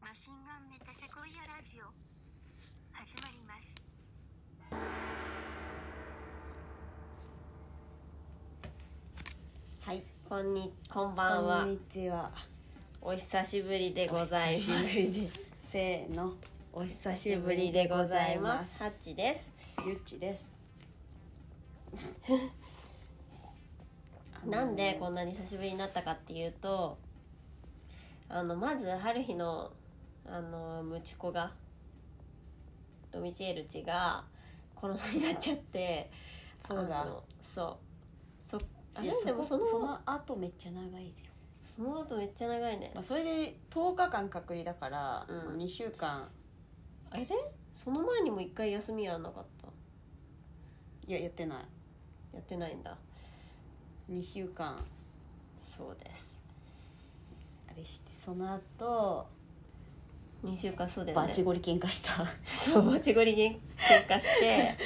マシンガンメタセコイアラジオ始まりますはい、こんに、こんばんはこん。にちは。お久しぶりでございます。お久しぶりでせーの、お久久ししぶぶりりででごござざいいま。ますす。ハッチです。ゆっちです。 なんでこんなに久しぶりになったかっていうと、あのまず春日のあのムチ子がロミチエルチがコロナになっちゃって、そうだあのそうそあれいやでもそのそそのの後めっちゃ長いですよ。後めっちゃ長いねま。あそれで10日間隔離だから、うんまあ2週間。あれその前にも一回休みやんなかった。いややってない。やってないんだ。 2週間そうです。あれしてその後、二週間そうだよね。バチゴリ喧嘩した。 そうバチゴリに喧嘩して、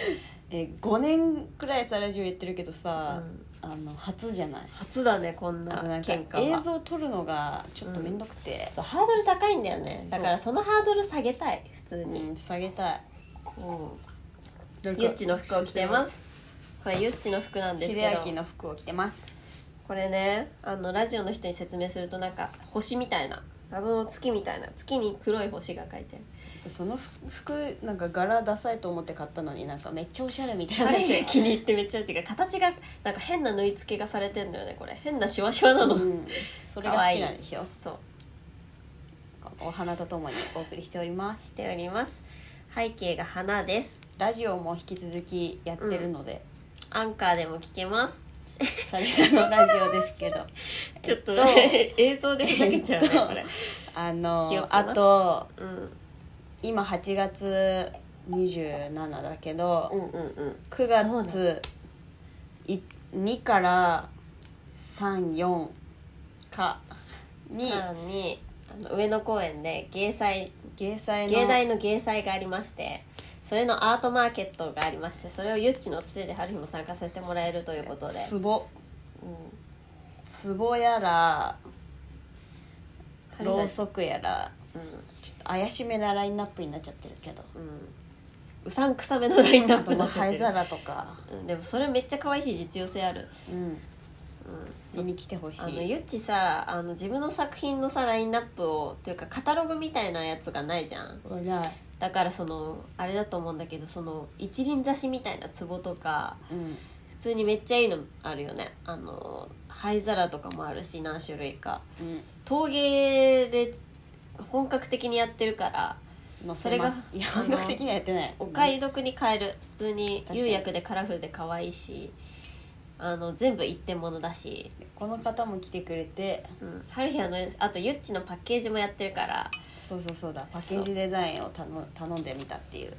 え5年くらいさラジオやってるけどさ、うんあの初じゃない。初だねこんなあとなんか喧嘩は映像撮るのがちょっと面倒くて。そうハードル高いんだよねそうだからそのハードル下げたい普通に、うん、下げたい。ゆっちの服を着てますこれゆっちの服なんです秀けど明の服を着てます。これねあのラジオの人に説明するとなんか星みたいな謎の月みたいな月に黒い星が書いてその服服なんか柄ダサいと思って買ったのになんかめっちゃおしゃれみたいあなるあ れ気に入ってめっちゃ違う形がなんか変な縫い付けがされてんだよねこれ変なシワシワなの、うん、それが好きなんですよそうお花とともにお送りしておりますしております背景が花ですラジオも引き続きやってるので、アンカーでも聞けます久々のラジオですけどちょっと、え映像でふざけちゃうね、えっとこれ。あ気をのつけあますとうん、今8月27だけど、うん、うん、うん。 9そう月い2から34かにさらに、あの上野公園で芸祭、芸祭の芸大の芸祭がありまして。それのアートマーケットがありまして、それをゆっちのつてで春日も参加させてもらえるということで。ツボうんツボやら春ろう日そくやらうん、ちょっと怪しめなラインナップになっちゃってるけどうん。うさんくさめのラインナあッとプになっちゃっ灰てる。皿とかうん、でも、それめっちゃ可愛いし、実用性ある。うんうん。見に来てほしあのいゆっちさあの自分の作品のさラインナップをというかカタログみたいなやつがないじゃんないだからそのあれだと思うんだけどその一輪挿しみたいな壺とかうん普通にめっちゃいいのあるよねあの灰皿とかもあるし何種類かうん陶芸で本格的にやってるから載そせれがますいやあの本格的にはやってないお買い得に買える普通に確かに釉薬でカラフルで可愛いしあの全部一点物だし、この方も来てくれてうん、春日はあのあとゆっちのパッケージもやってるからそうそうそうだパッケージデザインを頼頼んでみたっていう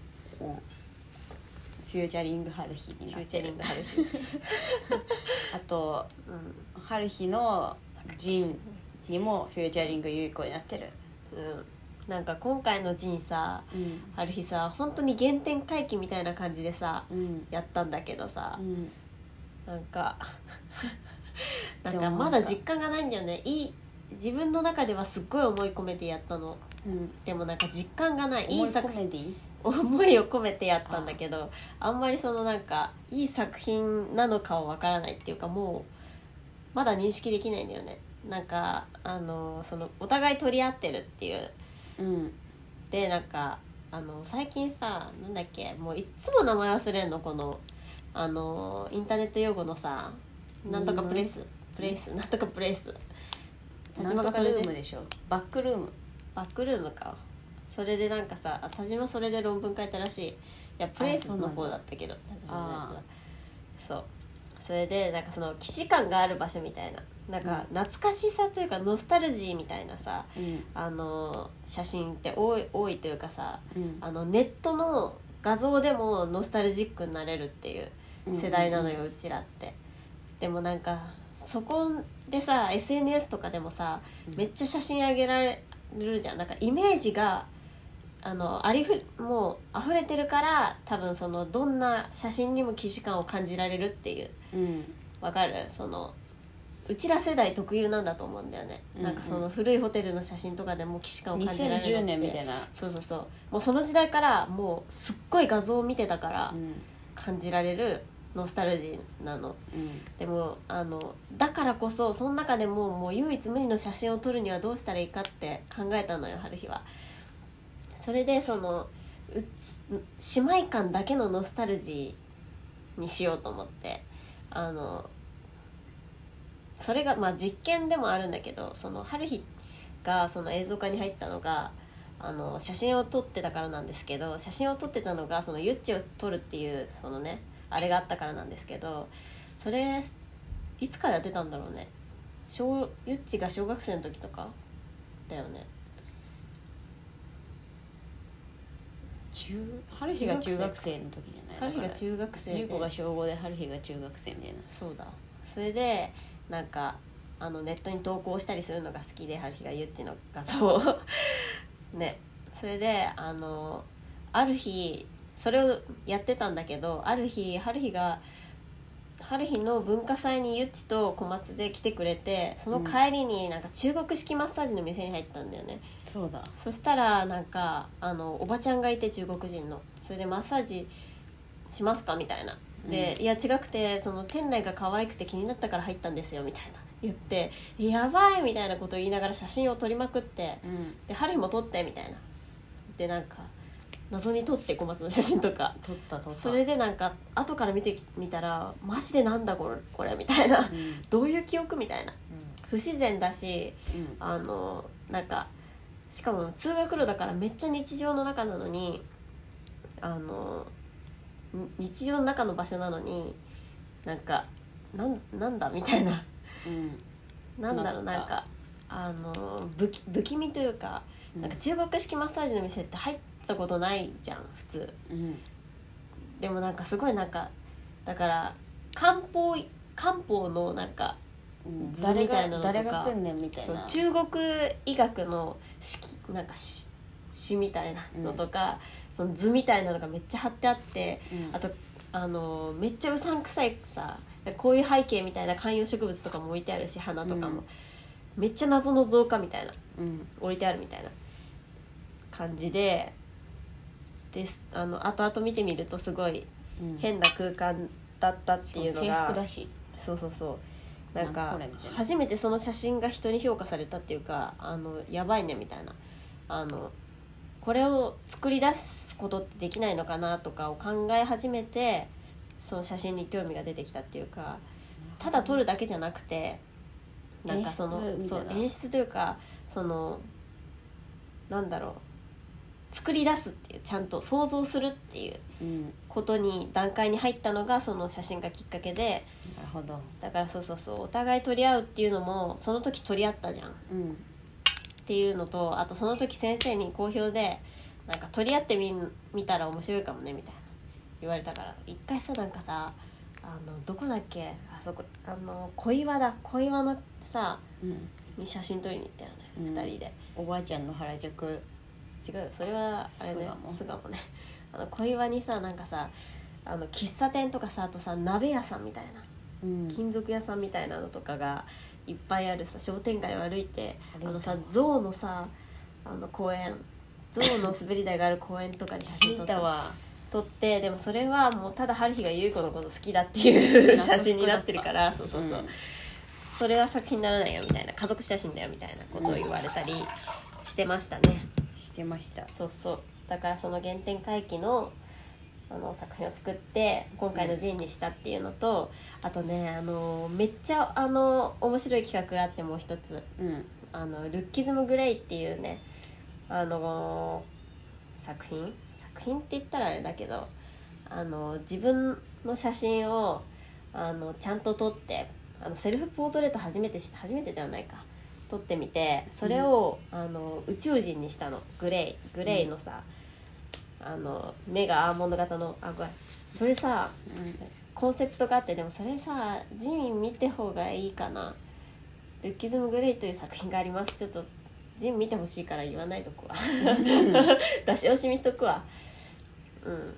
フューチャリング春日にフなューっチてャリるング春日、あとうん春日のジンにもフューチャリングゆい子になってるうん、なんか今回のジンさうんある日さ本当に原点回帰みたいな感じでさうんやったんだけどさう、んなんかなでんもかなんかまだ実感がないんだよねいい自分の中ではすっごい思い込めてやったのうんでもなんか実感がないいい作思コメディ思いを込めてやったんだけどあんまりそのなんかいい作品なのかはわからないっていうかもうまだ認識できないんだよねなんかあのそのお互い取り合ってるっていううんでなんかあの最近さなんだっけもういっつも名前忘れんのこのあのインターネット用語のさなんとかプレイスプレイスなんとかプレイス田島がそれなんとかルでームでしょバックルームバックルームかそれでなんかさあ田島それで論文書いたらしいいやプレイスの方だったけど田島のやつはそうそれでなんかその既視感がある場所みたいななんか懐かしさというかノスタルジーみたいなさうんあの写真って多い多いというかさうんあのネットの画像でもノスタルジックになれるっていう世代なのよ、うちらってでもなんかそこでさ SNS とかでもさうんめっちゃ写真あげられるじゃんなんかイメージがあのありふもう溢れてるから多分そのどんな写真にも既視感を感じられるっていううんわかるそのうちら世代特有なんだと思うんだよね、うんうんなんかその古いホテルの写真とかでも既視感を感じられるのって2010年みたいな、そうそうそうもうその時代からもうすっごい画像を見てたからうん感じられるノスタルジーなのでもあのだからこそその中でももう唯一無二の写真を撮るにはどうしたらいいかって考えたのよ春日は。それでそのうち姉妹間だけのノスタルジーにしようと思ってあのそれがまあ実験でもあるんだけどその春日がその映像化に入ったのがあの写真を撮ってたからなんですけど写真を撮ってたのがそのユッチを撮るっていうそのねあれがあったからなんですけどそれいつからやってたんだろうね小ユッチが小学生の時とかだよね中春日が中学生の時じゃない春日が中学生優子がで小5で春日が中学生みたいなそうだそれでなんかあのネットに投稿したりするのが好きで春日がゆっちの画像を ねそれであのある日それをやってたんだけどある日春日が春日の文化祭にゆっちと小松で来てくれてその帰りになんか中国式マッサージの店に入ったんだよね、そうだそしたらなんかあのおばちゃんがいて中国人のそれでマッサージしますかみたいなで、いや違くてその店内が可愛くて気になったから入ったんですよみたいな 言ってやばいみたいなことを言いながら写真を撮りまくってうんで春も撮ってみたいなでなんか謎に撮って小松の写真とか撮った撮ったそれでなんか後から見てき見たらマジでなんだこれこれみたいなうんうんどういう記憶みたいな不自然だしあのなんかしかも通学路だからめっちゃ日常の中なのにあのん日常の中の場所なのになんかなんなんだみたいなうんうんなんだろうななんんかかあの不気不気味というかなんか中国式マッサージの店って入ったことないじゃん普通うんでもなんかすごいなんかだから漢方漢方のなんかうん図誰みたいながのとか誰が来んねんみたいそうな中国医学の式なんかし詩みたいなのとか、その図みたいなのがめっちゃ貼ってあってうんあとあのめっちゃうさんくさいさこういう背景みたいな観葉植物とかも置いてあるし花とかも、めっちゃ謎の造花みたいなうん置いてあるみたいな感じでですあの後々見てみるとすごいうん変な空間だったっていうの制が服だしそうそうそうなんなんかかこれみたいな初めてその写真が人に評価されたっていうかあのやばいねみたいなあのこれを作り出すことってできないのかなとかを考え始めてその写真に興味が出てきたっていうかただ撮るだけじゃなくてなんかその演出みたそいうな演出というかそのなんだろう作り出すっていうちゃんと想像するっていううんなことに段階に入ったのがその写真がきっかけでるほどだからそうそうそうお互い取り合うっていうのもその時取り合ったじゃんっうんていうのとあとその時先生に好評でなんか取り合ってみ見たら面白いかもねみたいな言われたから一回さなんかさあのどこだっけあそこあの小岩だ小岩のさうんに写真撮りに行ったよね、うん二人でおばあちゃんの原宿違うよそれはあれね巣巣鴨ねあの小岩にさなんかさあの喫茶店とかさあとさ鍋屋さんみたいなうん金属屋さんみたいなのとかがいっぱいあるさ商店街を歩いて歩いあたのさ象のさあの公 園象の滑り台がある公園とかに写真撮見ったたわ撮ってでもそれはもうただ春日が優子のこと好きだって いう謎っ子だった写真になってるからそうそうそう、うんそれは作品にならないよみたいな家族写真だよみたいなことを言われたりしてましたね、してましたそうそうだからその原点回帰のあの作品を作って今回のジンにしたっていうのと、あとねあのめっちゃあの面白い企画があってもう一つうんあのルッキズムグレイっていうねあの作品作品って言ったらあれだけどあの自分の写真をあのちゃんと撮ってあのセルフポートレート初めてし初めてではないか撮ってみてそれを、あの宇宙人にしたのグレイグレイのさ、あの目がアーモンド型のあごめんそれさコンセプトがあってでもそれさジミン見て方がいいかな「ルッキズム・グレイ」という作品がありますちょっとジン見てほしいから言わないとくわ 出し惜しみしとくわうん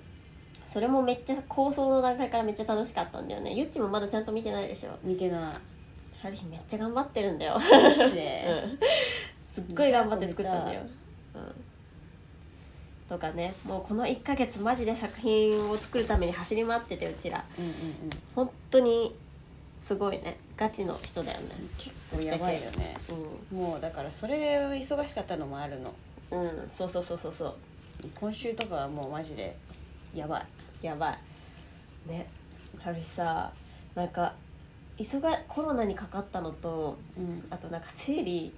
それもめっちゃ構想の段階からめっちゃ楽しかったんだよねゆっちもまだちゃんと見てないでしょ見てなハリーめっちゃ頑張ってるんだよ で、すっごい頑張って作ったんだよ、うん、とかねもうこの1ヶ月マジで作品を作るために走り回っててうちらうんうんうん、本当にすごいねガチの人だよね結構やばいよねもうだからそれで忙しかったのもあるのうん、うん、そうそうそうそうそう今週とかはもうマジでやばいやばいねハルさなんか忙コロナにかかったのとうんあとなんか生理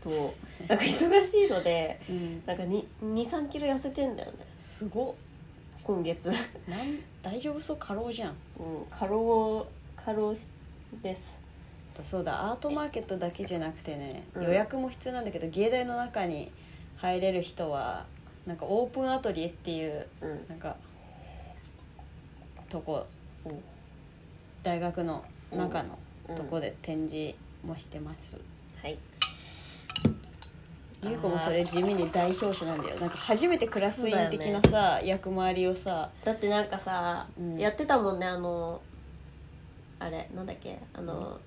となんか忙しいのでうんなんか23キロ痩せてんだよねすごっ今月なん大丈夫そう過労じゃんうん過労過労しですとそうだアートマーケットだけじゃなくてね、うん予約も必要なんだけど芸大の中に入れる人はなんかオープンアトリエっていううんなんかとこうん大学の中のうんとこで展示もしてます、はいゆうこもそれ地味に代表者なんだよなんか初めてクラス委員的なそさ、役回りをさだってなんかさ、うんやってたもんねあのあれなんだっけあの、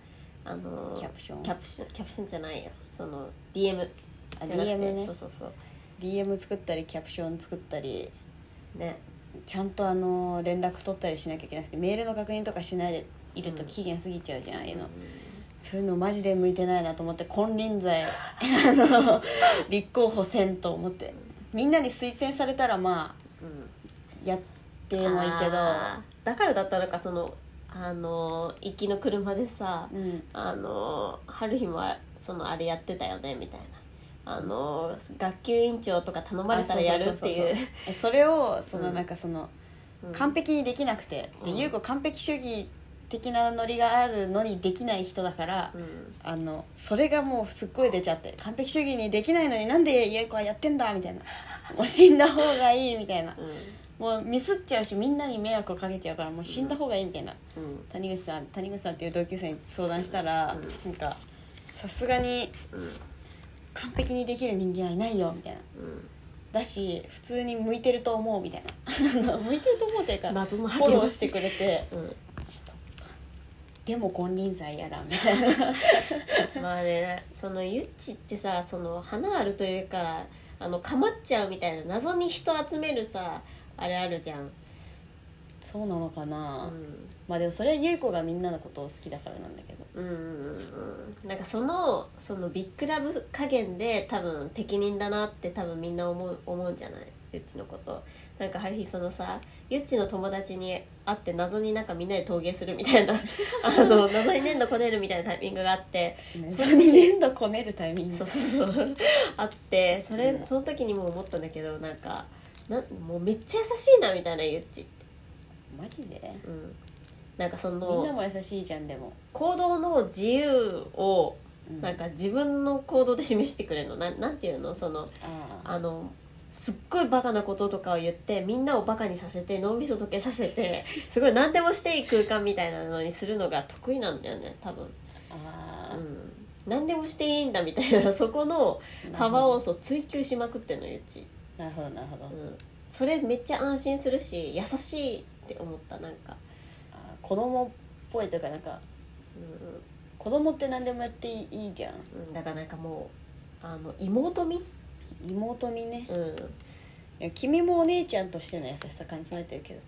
あのキャプションキャプションキャプションじゃないよその DM あじゃなくて DM ねそうそうそう DM 作ったりキャプション作ったりねちゃんとあの連絡取ったりしなきゃいけなくてメールの確認とかしないでいると期限過ぎちゃうじゃん、ああいうのそういうのマジで向いてないなと思って金 輪際あの立候補せんと思ってみんなに推薦されたらまあうんやってもいいけどあーだからだったのかそのあの行きの車でさ、うんあの春日もあそのあれやってたよねみたいなあの学級委員長とか頼まれたらやるっていうあそうそうそうそうえそれをそのうんなんかその、うん完璧にできなくてでうん優子完璧主義的なノリがあるのにできない人だから、うんあのそれがもうすっごい出ちゃって完璧主義にできないのになんで優子はやってんだみたいなもう死んだ方がいいみたいなうもうミスっちゃうしみんなに迷惑をかけちゃうからもう死んだ方がいいみたいな、んうん谷口さん谷口さんっていう同級生に相談したら、なんかさすがにうん完璧にできる人間はいないよみたいなうんだし普通に向いてると思うみたいな あの向いてると思うというかフ謎のォローしてくれてうんでも金輪際やらんみたいな まあねそのゆっちってさその花あるというかあのかまっちゃうみたいな謎に人集めるさあれあるじゃん、そうなのかうな、ん、まあでもそれは優子がみんなのことを好きだからなんだけどうんうんうんうんなんかそのそのビッグラブ加減で多分適任だなって多分みんな思う思うんじゃないゆっちのことなんかある日そのさゆっちの友達に会って謎になんかみんなで陶芸するみたいなあの謎に粘土こねるみたいなタイミングがあってそれに粘土こねるタイミングそうそうそうあってそれうんその時にも思ったんだけどなんかなもうめっちゃ優しいなみたいなゆっちって、マジでうん、なんかそみんなのも優しいじゃんでも、行動の自由をうなんか自分の行動で示してくれるのななんていうのそのあああのすっごいバカなこととかを言ってみんなをバカにさせて脳みそ溶けさせ てすごい何でもしていい空間みたいなのにするのが得意なんだよね多分、うあん、何でもしていいんだみたいなそこのあ幅をそう追求しまくってんのゆっち、なるほどなるほど、うん、それめっちゃ安心するし優しいって思ったなんか、あー子供っぽいというかなんかう子供って何でもやっていいいいじゃんんうん、だからなんかもうあの妹み、妹みねうん、いや君もお姉ちゃんとしての優しさ感じ備えてるけどね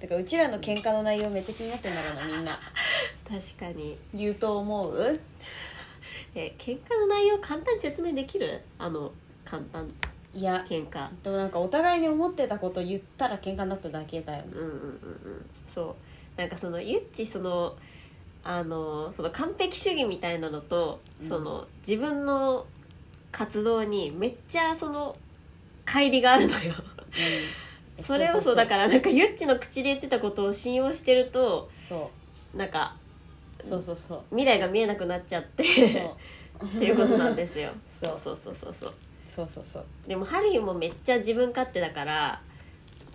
だからうちらの喧嘩の内容めっちゃ気になってんだろうなみんな確かに言うと思うえ喧嘩の内容簡単に説明できるあの簡単いや喧嘩でもなんかお互いに思ってたこと言ったら喧嘩になっただけだようんねうんうんうんそうなんかそのゆっちそのあのその完璧主義みたいなのと、うんその自分の活動にめっちゃその乖離があるのよ それをそうだかららなんかゆっちの口で言ってたことを信用してるとそなんかうそうそうそう未来が見えなくなっちゃって そうっていうことなんですよ そうそうそうそうそうそうそうそうそうでもハリーもめっちゃ自分勝手だから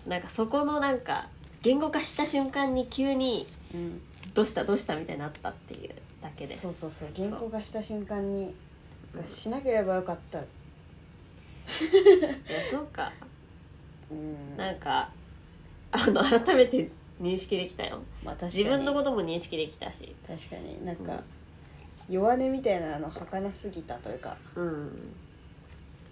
なんかそこのなんか言語化した瞬間に急にうん「どうしたどうした」みたいになったっていうだけですそうそうそう原稿がした瞬間にしなければよかったいやそうかうんなんかあの改めて認識できたよまあ確かに自分のことも認識できたし確かになんか、弱音みたいなの儚すぎたというかうん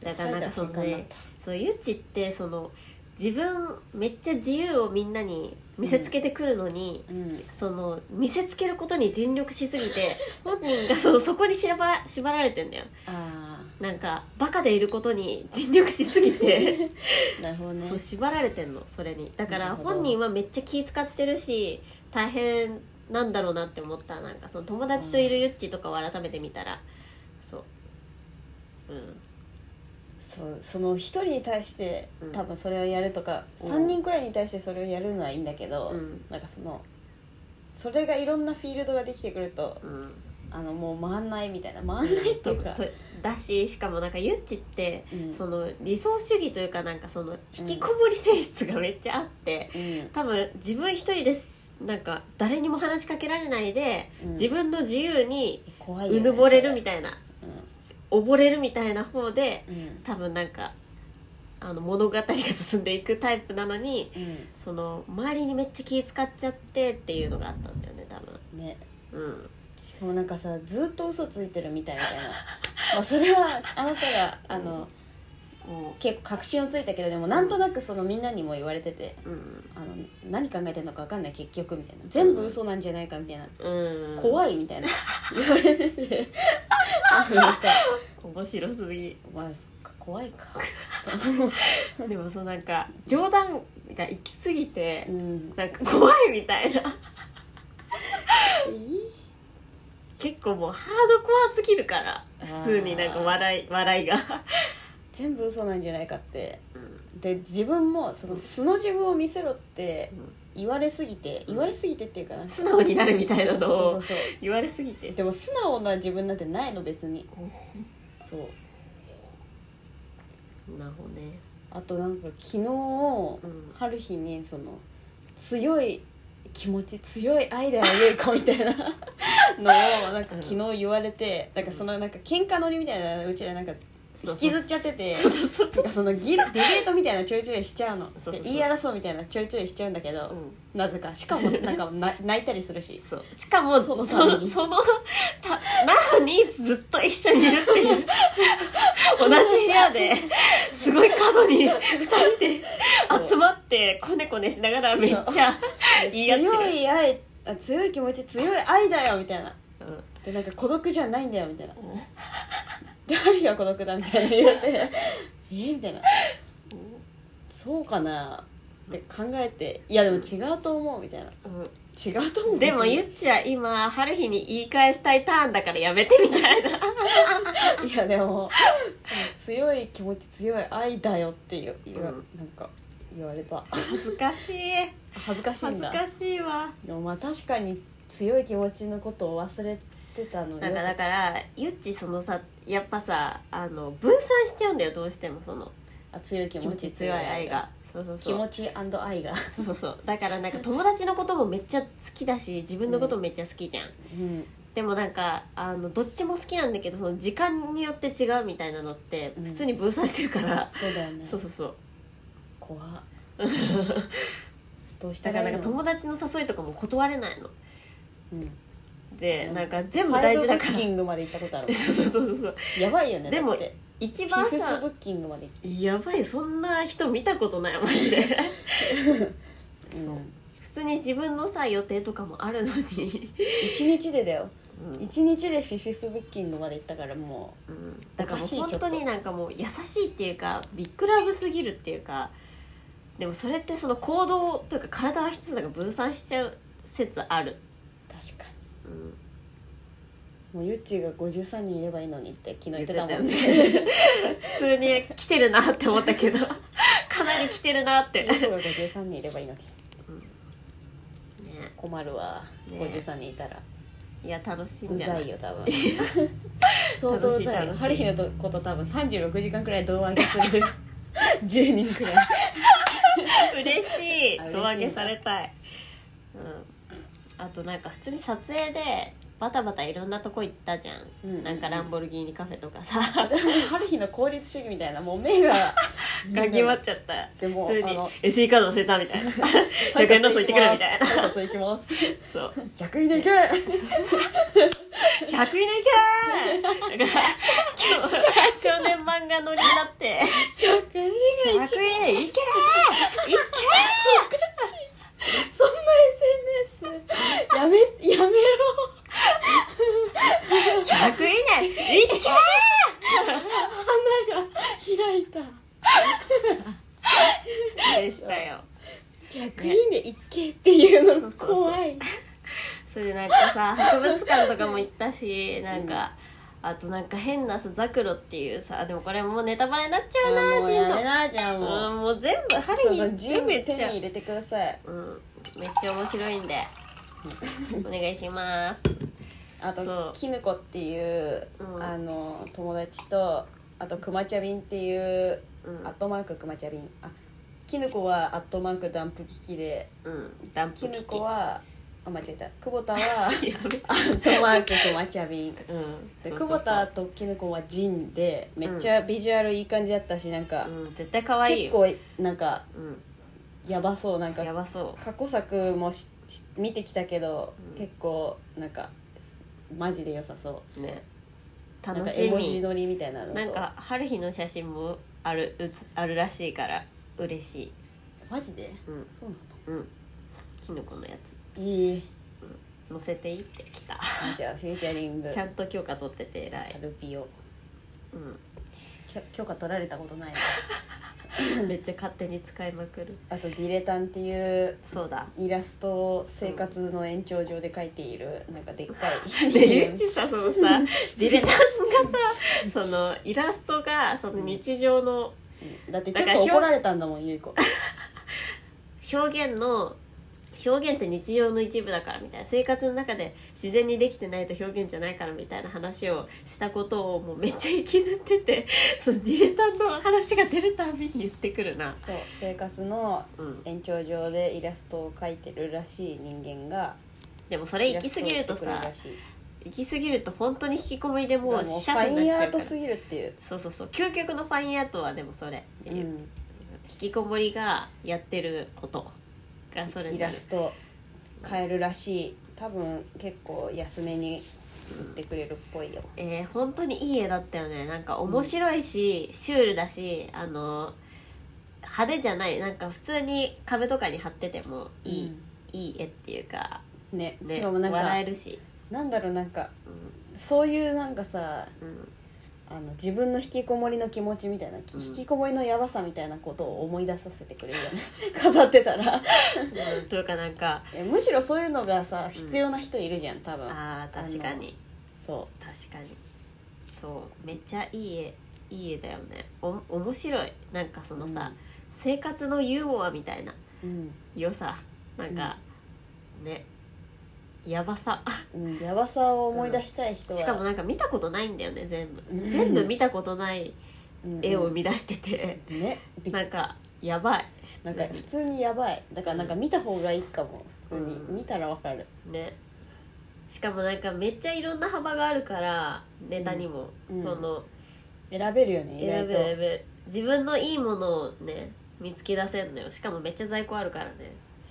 だからなんかその書いた結果になねったそうゆっちってその自分めっちゃ自由をみんなに見せつけてくるのに、うんその見せつけることに尽力しすぎ て本人がそのそこに縛ら縛られてんだよあなんかバカでいることに尽力しすぎて、あなるほどねそう縛られてんのそれにだからなるほど本人はめっちゃ気使ってるし大変なんだろうなって思ったなんかその友達といるゆっちとかを改めて見たらそううんそうその一人に対してうん多分それをやるとか、うん三3人くらいに対してそれをやるのはいいんだけど、うんなんかそのそれがいろんなフィールドができてくるとうんあのもう回んないみたいな回んないっていうかととだししかもなんかゆっちって、うんその理想主義というかなんかその引きこもり性質がめっちゃあって、うん多分自分一人ですなんか誰にも話しかけられないで、うん自分の自由に怖いよねうぬぼれるみいたいな溺れるみたいな方でうんうん多分なんかあの物語が進んでいくタイプなのにうその周りにめっちゃ気使っちゃってっていうのがあったんだよね多んね分うんしかもなんかさずっと嘘ついてるみたいみた いなまあそれはあなたがあの、結構確信をついたけどでもなんとなくそのみんなにも言われててうんあの何考えてるのか分かんない結局みたいな全部嘘なんじゃないかみたいな、うん怖いみたいな言われ ててあのなんか面白すぎまあ怖いか でもそうなんか冗談が行き過ぎてうん なんか怖いみたいなえ結構もうハードコアすぎるから普通になんか笑い笑いが全部嘘なんじゃないかってうんで自分もその素の自分を見せろってうん言われすぎて言われすぎてっていうか な素直になるみたいなのそうそをうそう言われすぎてでも素直な自分なんてないの別にそうなるほどねあとなんか昨日うん春日にその強い気持ち強い愛だよゆい子み たいなのをなんか昨日言われて、なんかそのなんか喧嘩乗りみたいなのうちらなんか引きずっちゃっててなんかそのギルディベートみたいなちょいちょいしちゃうのそうそうそうで言い争うみたいなちょいちょいしちゃうんだけど、うんなぜかしかもなんかな泣いたりするしそうしかもそそののそ度のにたなのにずっと一緒にいるっていう 同じ部屋ですごい角に2人で集まってこねこねしながらめっちゃ 言い合ってる強い愛あ強い気持ち強い愛だよみたいなうんでなんか孤独じゃないんだよみたいなでハリーは孤独だみたいな言わ れてえーみたいなそうかなって考えていやでも違うと思うみたいなう違うと思うんでもゆ言っちは今春日に言い返したいターンだからやめてみたいな いやでも強い気持ち強い愛だよっていう言わ、うんなんか言われた 恥ずかしい恥ずかしい恥んずだかしいわでもまあ確かに強い気持ちのことを忘れてたのなんかだからゆっちそのさやっぱさあの分散しちゃうんだよどうしてもそのあ強い気気持持ちち強い愛がそうそう気そ持うち愛が、そうそうそうだからなんか友達のこともめっちゃ好きだし自分のこともめっちゃ好きじゃん、うん、でもなんかあのどっちも好きなんだけどその時間によって違うみたいなのってうん普通に分散してるから、そうだよねそうそうそう怖 っどうしだたかららいいなのんか友達の誘いとかも断れないのうんでなんか全部ファイ大ド事ブだからッキングまで行ったことあ るそうそうそうそうやばいよねでもだって一ピフ番スブさッキングまで行っやばいそんな人見たことないマジ でた、うん、普通に自分のさ予定とかもあるのに、 1日でだようん1日でフィフスブッキングまで行ったからもうんだからもうおかしいちょっ本と当になんかもう優しいっていうかビッグラブすぎるっていうかでもそれってその行動というか体は一つだから分散しちゃう説ある、う確かうん、にもうゆっちが53人いればいいのにって昨日言ってたもよんね普通に来てるなって思ったけ どかなり来てるなってゆっこが53人いればいいのにね困るわ、ね53人いたらいや楽しいんうじゃなざいいよ多分 相当うざいよ楽しい楽しい春日のこと多分36時間くらい胴上げする10人くらい 嬉しあ嬉しいいんだ胴上げされたい、うん、あとなんか普通に撮影でバタバタいろんなとこ行ったじゃん、うんうんうんなんかランボルギーニカフェとかさ春日の効率主義みたいなもう目ががぎまっちゃったでも普通あにの SE カード忘れたみ たいな100円ロス行ってくるみたいな挨拶行きます挨拶行きそうます100円で行く100円いけーだから今日少年漫画乗りにな って100円100円いけーいけそんな SNS やめやめろー100円いけ花が開いたーでしたよ100円で行けっていうのが怖いそれでなんかさ博物館とかも行ったしなんか、あとなんか変なさザクロっていうさでもこれもうネタバレになっちゃうなもうジンやのめなじゃんもううんもう全部そ針のに全全部部いっ手ちにゃう入れてくださいうんめっちゃ面白いん でお願いしますあそうときぬこっていう、うんあの友達とあとくまちゃびんっていう、うんアットマークくまちゃびんあきぬこはアットマークダンプ機器でうんダンプき機器ぬこはあ間違えた久保田はやべアットマークくまちゃびんうんでそうそうそう久保田ときぬこはジンでめっちゃビジュアルいい感じだったしなんか、うん絶対可愛い結よ構なんかうやばそうなんかんやばそ過去作もしし見てきたけど、うん結構なんかマジで良さそううねなん楽かし絵文字み乗りみたいなのとなんか春日の写真もあるうつあるらしいから嬉しいマジでうんそうなうんきのこのやつのいい載せていいってき たじゃあフューチャリングちゃんと許可取ってて偉い、ルピオうきょ許可取られたことないん、めっちゃ勝手に使いまくるあと「ディレタン」っていうそうだイラストを生活の延長上で描いているなんかでっか いでうちさその さディレタンがさそのイラストがその日常のだってちょっと怒られたんだもんゆいこ表現の表現って日常の一部だからみたいな生活の中で自然にできてないと表現じゃないからみたいな話をしたことをもうめっちゃ引きずっててそのディレタントの話が出るたびに言ってくるなそう生活のうん延長上でイラストを描いてるらしい人間がでもそれ行き過ぎるとイラスさトを描いてくらしい行き過ぎると本当に引きこもりでももううフシャファにイなっヤちゃーうかとらすぎるっていう、そうそうそう究極のファインアートはでもそれっていう、引きこもりがやってることがそれイになラるスト変えるらしい多分結構安めに売ってくれるっぽいよ、えー、本当にいい絵だったよねなんか面白いし、シュールだしあの派手じゃないなんか普通に壁とかに貼っててもいい、いい絵っていうか、ねね、しかもなん笑えかるし、なんだろうなんかうそういうなんかさんうん、あの自分の引きこもりの気持ちみたいな、きうん引きこもりのやばさみたいなことを思い出させてくれるよね 飾ってたらうんというかなんかえむしろそういうのがさ必要な人いるじゃん多分あー確かにそ確かにそうめっちゃいい絵いい絵だよねお面白いなんかそのさ、うん生活のユーモアみたいなううん、良さなんか、ねやばさうん、やばさを思い出したい人は、しかもなんか見たことないんだよね全部、うん全部見たことない絵を生み出してて、ねびっなんかやばいなんか普通にやばいだからなんか見た方がいいかも普通に、うん見たらわかるねしかもなんかめっちゃいろんな幅があるからネタにも、うんその選べるよね意選外べと選べ自分のいいものをね見つけ出せんのよしかもめっちゃ在庫あるからね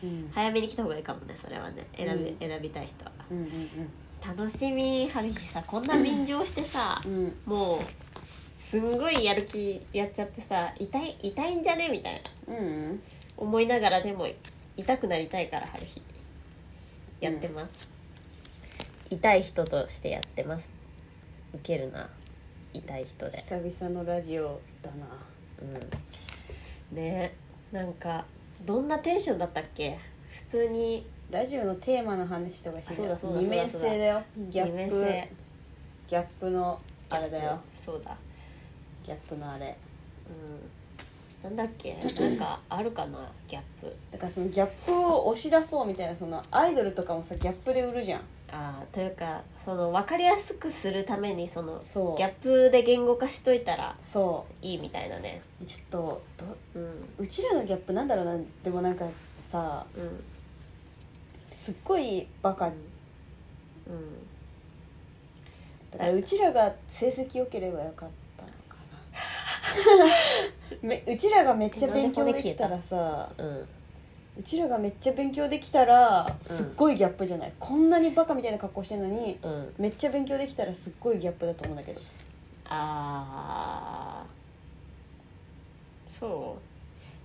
うん早めに来た方がいいかもねそれはね選び,、うん選びたい人はうんうん楽しみ春日さこんな便乗してさ、うんうんもうすんごいやる気やっちゃってさ痛い痛いんじゃねみたいなうんうん思いながらでも痛くなりたいから春日やってます、痛い人としてやってますウケるな痛い人で久々のラジオだなうんねえなんかどんなテンションだったっけ普通にラジオのテーマの話とかしてあそうだそうだ二面性だよギャ二面ップ性ギャップのあれだよそうだギャップのあれうんなんだっけなんかあるかなギャップだからそのギャップを押し出そうみたいなそのアイドルとかもさギャップで売るじゃんあーというかその分かりやすくするためにそのそうギャップで言語化しといたらそいいみたいなねうちょっとどうんうちらのギャップなんだろうなでもなんかさうんすっごいバカうんだからうちらが成績良ければよかったのか なめうちらがめっちゃ勉強できたらさうんうちらがめっちゃ勉強できたらうんすっごいギャップじゃない、こんなにバカみたいな格好してるのにうんめっちゃ勉強できたらすっごいギャップだと思うんだけどあーそ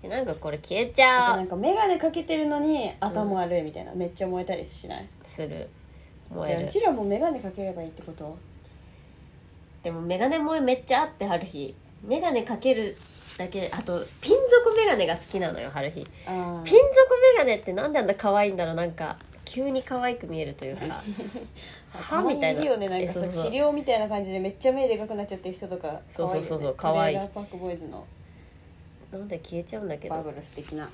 うえなんかこれ消えちあとゃなうんか眼鏡かけてるのに頭悪いみたいな、めっちゃ燃えたりしないする燃えでうるちらも眼鏡かければいいってことでもメガネ萌えめっちゃあって春日メガネかけるだけあとピン底メガネが好きなのよ春日あピン底メガネってなんであんな可愛いんだろうなんか急に可愛く見えるという かたまにいるよねなんかさえそうそう治療みたいな感じでめっちゃ目でかくなっちゃってる人とかそうそうそうそう可愛い可愛いよねトレーラーパークボーイズのなんで消えちゃうんだけバーどブルス的な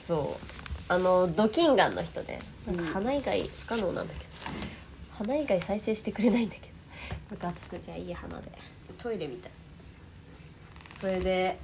そうあのドキンガンの人ねなんかうん鼻以外不可能なんだけど鼻以外再生してくれないんだけ どムカつくじゃあいい鼻でトイレみたいそれで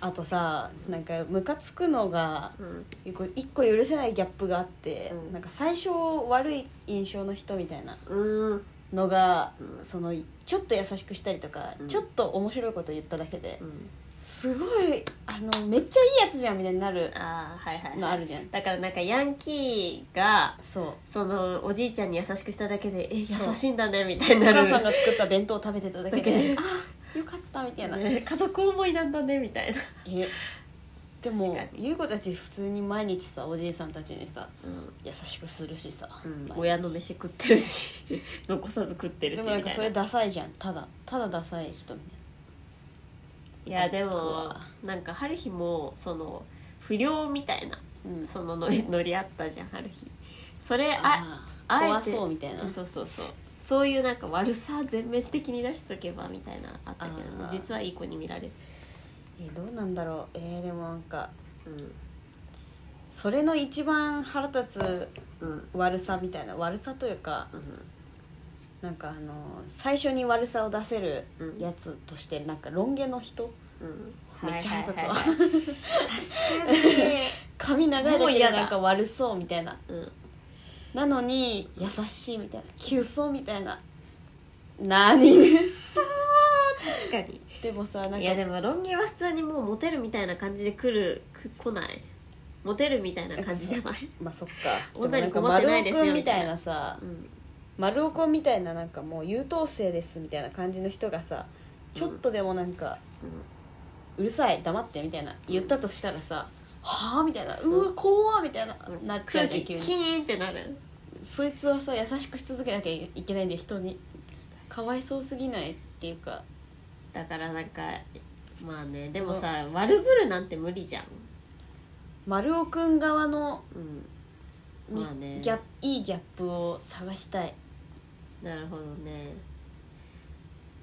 あとさなんかムカつくのがうんうん一個一個許せないギャップがあって、うんなんか最初悪い印象の人みたいなうんのが、うんそのちょっと優しくしたりとか、うんちょっと面白いこと言っただけで、うんすごいあのめっちゃいいやつじゃんみたいになるああはいはい、のはあい、るじゃんだからなんかヤンキーがそうそのおじいちゃんに優しくしただけで「え優そうしいんだね」みたいおになる母さんが作った弁当を食べてただけだけでであよかったみたいな、ね家族思いなんだねみたいな、えでも確か優子たち普通に毎日さおじいさんたちにさうん優しくするしさ、毎日親の飯食ってるし 残さず食ってるしでみたもないんなかそれダサいじゃんただただダサい人みいやでムカつくもわなんか春日もその不良みたいなたいな、うん、そのノリ ノリあったじゃん春日それあああえ怖てそうみたいなそうそうそうそういうなんか悪さ全面的に出しとけばみたいなあったけあどー実はいい子に見られる、えどうなんだろうえーでもなんかうそれの一番腹立んうんつ悪さみたいな悪さというかうなんかあの最初に悪さを出せるやつとしてなんかロン毛の人んうんめっちゃ腹立つわはいはいはい確かに髪長いだもうけで嫌だなんか悪そうみたいなうんなのに優しいみたいな急そうみたいな何確かにでもさなんかいやでもロン毛は普通にもうモテるみたいな感じで来るく来ないモテるみたいな感じじゃない、まあそっか女にでも困なっんてかない丸で尾すよくんみたいなさうん、丸尾くんみたいななんかもう優等生ですみたいな感じの人がさちょっとでもなんか、うるさい黙ってみたいな言ったとしたらさはあみたいなそううわ怖っみたいなうん、なっちゃ空うじゃ気ん急キにーンってなるそいつはさ優しくし続けなきゃいけないんで人にかわいそうすぎないっていうかだからなんかまあねでもさ悪ぶるなんて無理じゃん、丸尾くん側のうん、にまあねギャップいいギャップを探したいなるほどね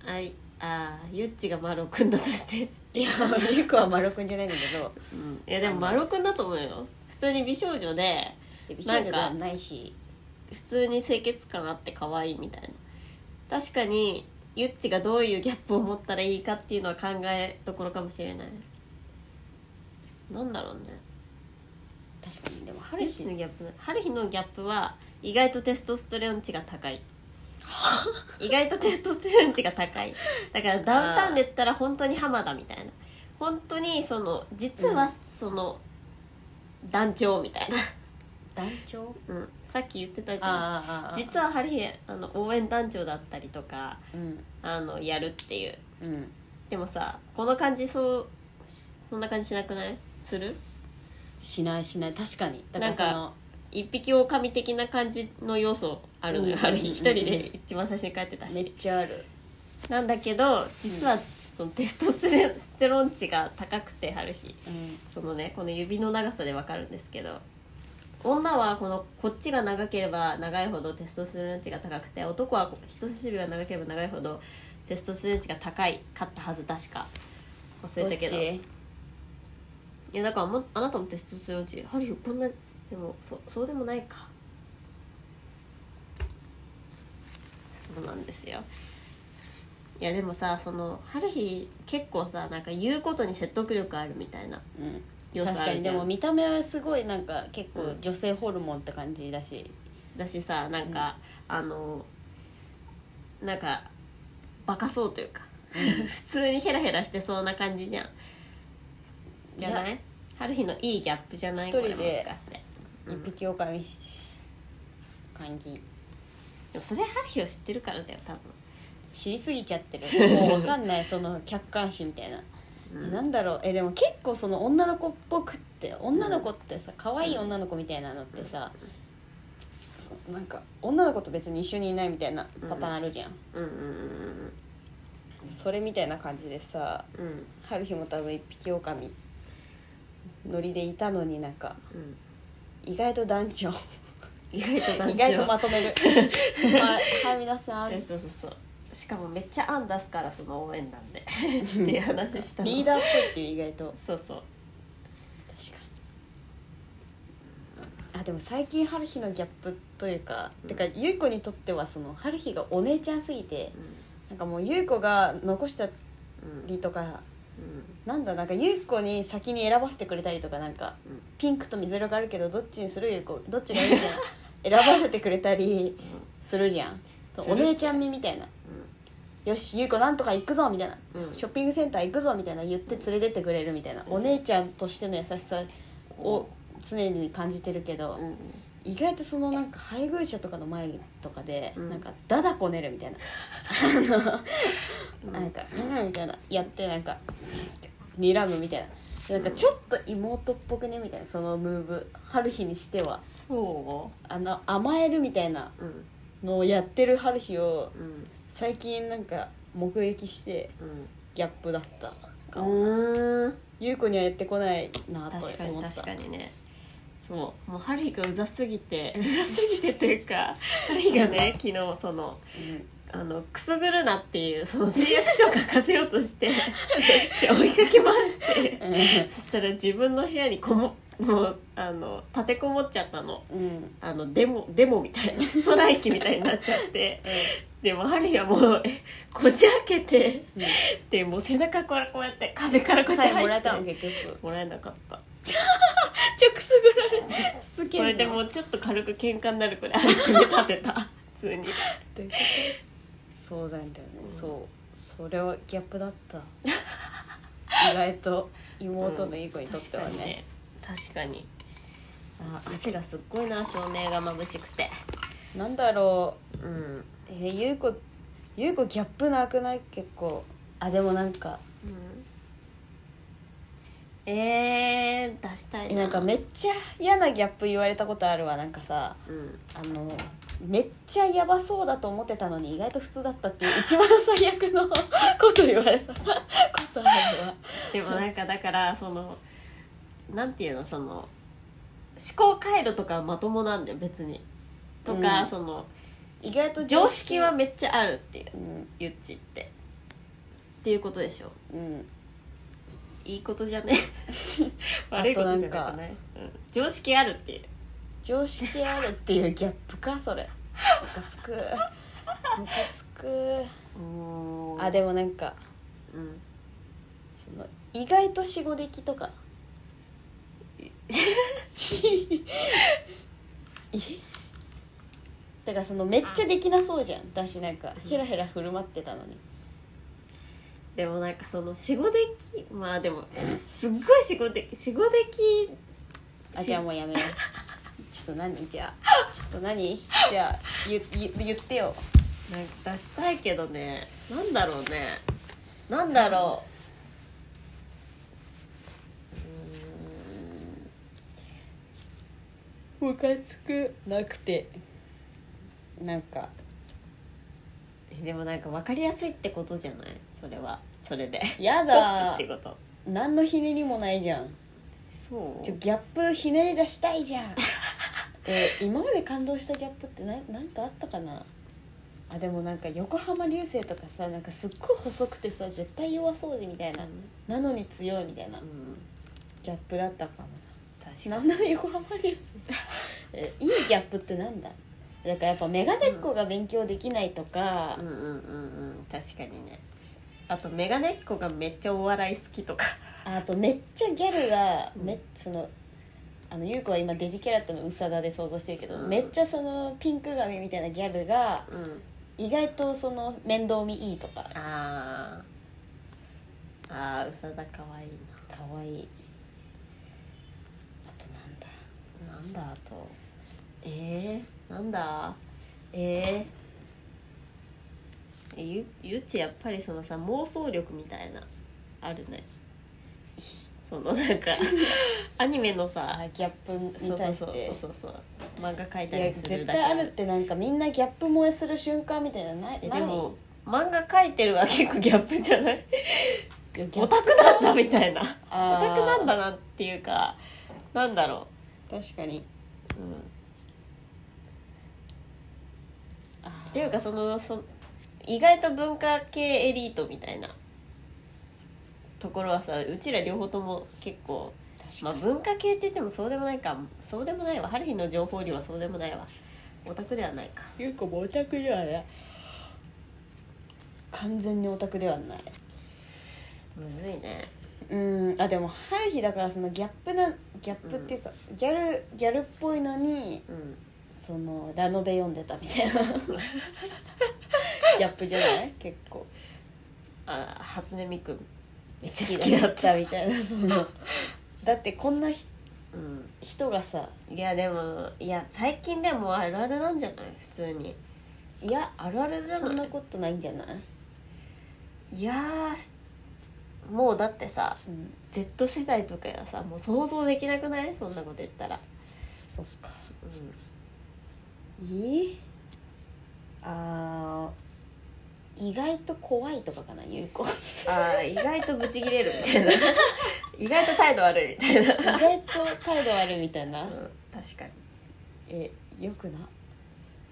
あいあーゆっちがマロくんだとして、いやゆくは丸尾くんじゃないんだけどうん、いやでもマロくんだと思うよ普通に美少女で で美少女ではないし普通に清潔感あって可愛いみたいな確かにゆっちがどういうギャップを持ったらいいかっていうのは考えどころかもしれないなんだろうね確かにでも春春日の日ギャップ春日のギャップは意外とテストステロン値が高い意外とテストステロン値が高いだからダウンタウンで言ったら本当に浜田みたいな本当にその実うはんその、団長みたい団長な、うん、さっき言ってたじゃんああ実はハリーあの応援団長だったりとかうんあのやるっていううんでもさこの感じそうしそんな感じしなくないするしないしない確かにだかなんらかその一匹狼的な感じの要素あるのよ、うんハリー一人うんうんで一番最初に帰ってたし、めっちゃあるなんだけど実はそのテストステロンステロン値が高くてハルヒうんそのねこの指の長さでわかるんですけど女はこのこっちが長ければ長いほどテストステロン値が高くて男は人差し指が長ければ長いほどテストステロン値が高いかったはず確か忘れたけどどっいちやだからもあなたもテストステロン値ハリーこんなでもそそうでもないかそうなんですよいやでもさそのハルヒ結構さなんか言うことに説得力あるみたいなうん良さあるじ確ゃんかにでも見た目はすごいなんか結う構ん女性ホルモンって感じだしだしさなんか、あのなんかバカそうというか 普通にヘラヘラしてそうな感じじゃんじゃないい春日のいいギャップじゃない一人でこれもしかしてうん一匹狼感じでもそれ春日を知ってるからだよ多知りすぎちゃっ てるもう分かんないその客観視みたいな、分、うんなんだろうえでも結構その女の子っぽくって女の子ってさ可愛い女の子みたいなのってさ、そなんか女の子と別に一緒にいないみたいなパターンあるじゃん、うんうんうんそれみたいな感じでさうんうん春日も多分一匹狼ノリでいたのになんかうん意外と団長意外と団長意外とまとめ るはい、はい、皆さんそうそうそうそうしかもめっちゃ案出すからその応援団でっていう話したのリーダーっぽいっていう意外とそうそう確かにあでも最近春日のギャップというか、うんてかゆい子にとってはその春日がお姉ちゃんすぎてうなんかもうゆい子が残したんうんりとかうんなんだなんかゆい子に先に選ばせてくれたりとかなんかうんピンクと水色があるけどどっちにするゆい子どっちがいい みたいな選ばせてくれたりするじゃんするお姉ちゃんみみたいなよしゆい子なんとか行くぞみたいなうんうんショッピングセンター行くぞみたいな言って連れてってくれるみたいなお姉ちゃんとしての優しさを常に感じてるけどうんうん意外とそのなんか配偶者とかの前とかでうんなんかダダこねる みたいなあのなんか「うん」みたいなやってなんか睨むみたいな。なんかちょっと妹っぽくねみたいなそのムーブ春日にしてはそあの甘えるみたいなううんのをやってる春日をうん最近なんか目撃してうんギャップだったかもうん優子にはやってこないなと思確かにった確かにねそうもう春日がうざすぎてうざすぎてという か春日がね昨日そのあのくすぐるなっていうその誓約書を書かせようと してで追いかけましてうんうそしたら自分の部屋にこももうあの立てこもっちゃったのんうんあのデモデモみたいな ストライキみたいになっちゃってでもハリーはもうえこじ開けてうんでもう背中からこうやって壁からこうやっさてえもらえた入のって結局もらえなかったちょくすぐられすそれでもうちょっと軽く喧嘩になるくらいハリーに立て た普通にそうなんだよね、うんそうそれはギャップだった意外と妹の優子にとってはね,、確かにあ汗がすっごいな照明が眩しくてなんだろうんうえー優子優子ギャップなくない結構あでもなんかえー、出したいえななんかめっちゃ嫌なギャップ言われたことあるわなんかさうんあのめっちゃやばそうだと思ってたのに意外と普通だったっていう一番最悪のこと言われたことある わでもなんかだからそのなんていうのその思考回路とかはまともなんだよ別にとか、うんその意外と常識はめっちゃあるっていううんゆっちってっていうことでしょうんいいことじゃね 悪いことじゃなくないうん、常識あるっていう常識あるっていうギャップかそれムカつくムカつくあでもなんかうんその意外と死後できとかいえだからそのめっちゃできなそうじゃんだしなんかヘラヘラ振る舞ってたのにでもなんかその死後できまあでもすっごい死後でき死後できあしじゃあもうやめようちょっと何じゃあちょっと何じゃあゆゆ言ってよなんか出したいけどねなんだろうねなんだろムカつくなくてなんかう、でもなんか分かりやすいってことじゃないそれはそれでやポッだプってこと何のひねりもないじゃんそうちょギャップひねり出したいじゃん えー今まで感動したギャップってななんかあったかなあでもなんか横浜流星とかさなんかすっごい細くてさ絶対弱そうでみたいななのに強いみたいなうんギャップだったかもな確かなにんだ横浜ですえいいギャップってなんだだからやっぱメガネっ子が勉強できないとかうん、うんうんうん確かにねあとメガネっ子がめっちゃお笑い好きとかあとめっちゃギャルがうんめそのあの優子は今デジキャラットのうさだで想像してるけど、うんめっちゃそのピンク髪みたいなギャルがうん意外とその面倒見いいとかあーあーうさだかわいいかわいいあとなんだななんだあとえー、なんだえー、えゆゆっちやっぱりそのさ妄想力みたいなあるねそのなん かアニメのさあギャップそにうそう対しそうてそうそう漫画描いいたやりする絶だけ対あるってなんかみんなギャップ萌えする瞬間みたいなのないえないでも漫画描いてるは結構ギャップじゃ ないいやギャオップタクなんだみたいなオあータクなんだなっていうかなんだろ確かにう、うん、あっていうかそのそ意外と文化系エリートみたいなところはさうちら両方とも結構、ーまあ、確かに文化系って言ってもそうでもないかそうでもないわ春日の情報量はそうでもないわオタクではないかゆうこもオタクではない完全にオタクではないむずいねうんあでも春日だからそのギャップなギャップっていうか、ギャルギャルっぽいのにうんそのラノベ読んでたみたいな ギャップじゃない結構あ初音ミクめっちゃ好きだったみたいなそのだってこんなひうん人がさいやでもいや最近でもあるあるなんじゃない普通にいやあるあるじゃそんなないことないんじゃない、いやーしもうだってさうん Z 世代とかはさもう想像できなくないそんなこと言ったらそっかういいあー意外と怖いとかかなゆう こん、あー意外とブチギレるみたいな 意外と態度悪いみたいな、意外と態度悪いみたいな、確かにえよくな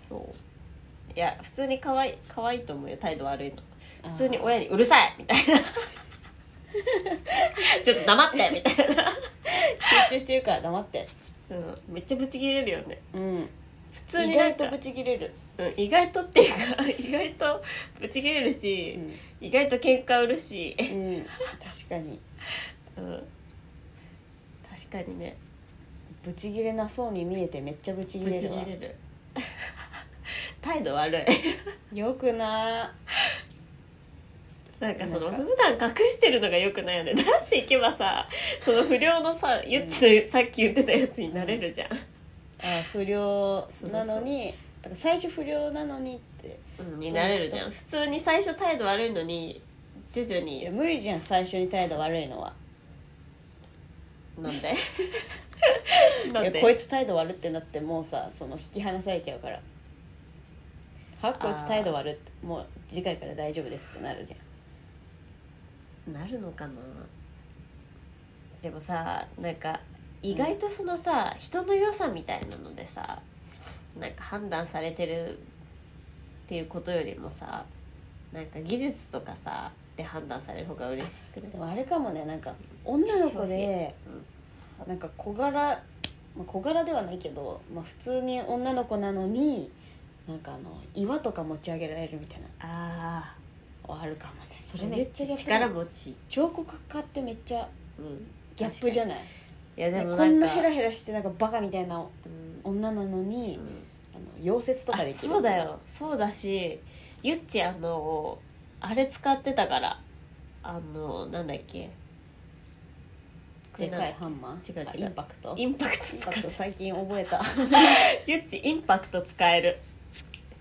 そういや普通に可愛い可愛いと思うよ態度悪いのあー普通に親に「うるさい!」みたいな ちょっと黙ってみたいな、集中してるから黙ってうん、めっちゃブチギレるよねうん普通に意なん外かとブチ切れる、うん、意外とっていうか意外とブチギレるし、うん意外と喧嘩売るし、うん、確かにうん、確かにねブチギレなそうに見えてめっちゃブチギブレチるわギレる 態度 悪いよくななんかそのなんか普段隠してるのがよくないよね出していけばさその不良のさゆっちのさっき言ってたやつになれるじゃん、あ不良なのにだから最初不良なのにってうんになれるじゃん普通に最初態度悪いのに徐々いやに無理じゃん最初に態度悪いのはなんでなん いやこいでつ態度悪ってなってもうさその引き離されちゃうからはこいつ態度悪ってもう次回から大丈夫ですってなるじゃなるのかなでもさなんか意外とそのさ、人の良さみたいなのでさなんか判断されてるっていうことよりもさなんか技術とかさで判断される方が嬉しくないんでもあれかもねなんか女の子でうんなんか小柄、まあ小柄ではないけど、まあ、普通に女の子なのになんかあの岩とか持ち上げられるみたいなあああるかもねそそれれめめっっちちゃギゃャップ力持ち、彫刻家ってめっちゃうん、ギャップじゃんいないやでねもこなんんかなヘラヘラしてなんかバカみたいなうん女なのに、うんあの溶接とかであきるそうだよそうだしゆっちあのあれ使ってたからあのなんだっけでかいこハンマー違うあ違うインパクれなトんだインパクトインパ使クうト最近覚えたゆっちインパクト使える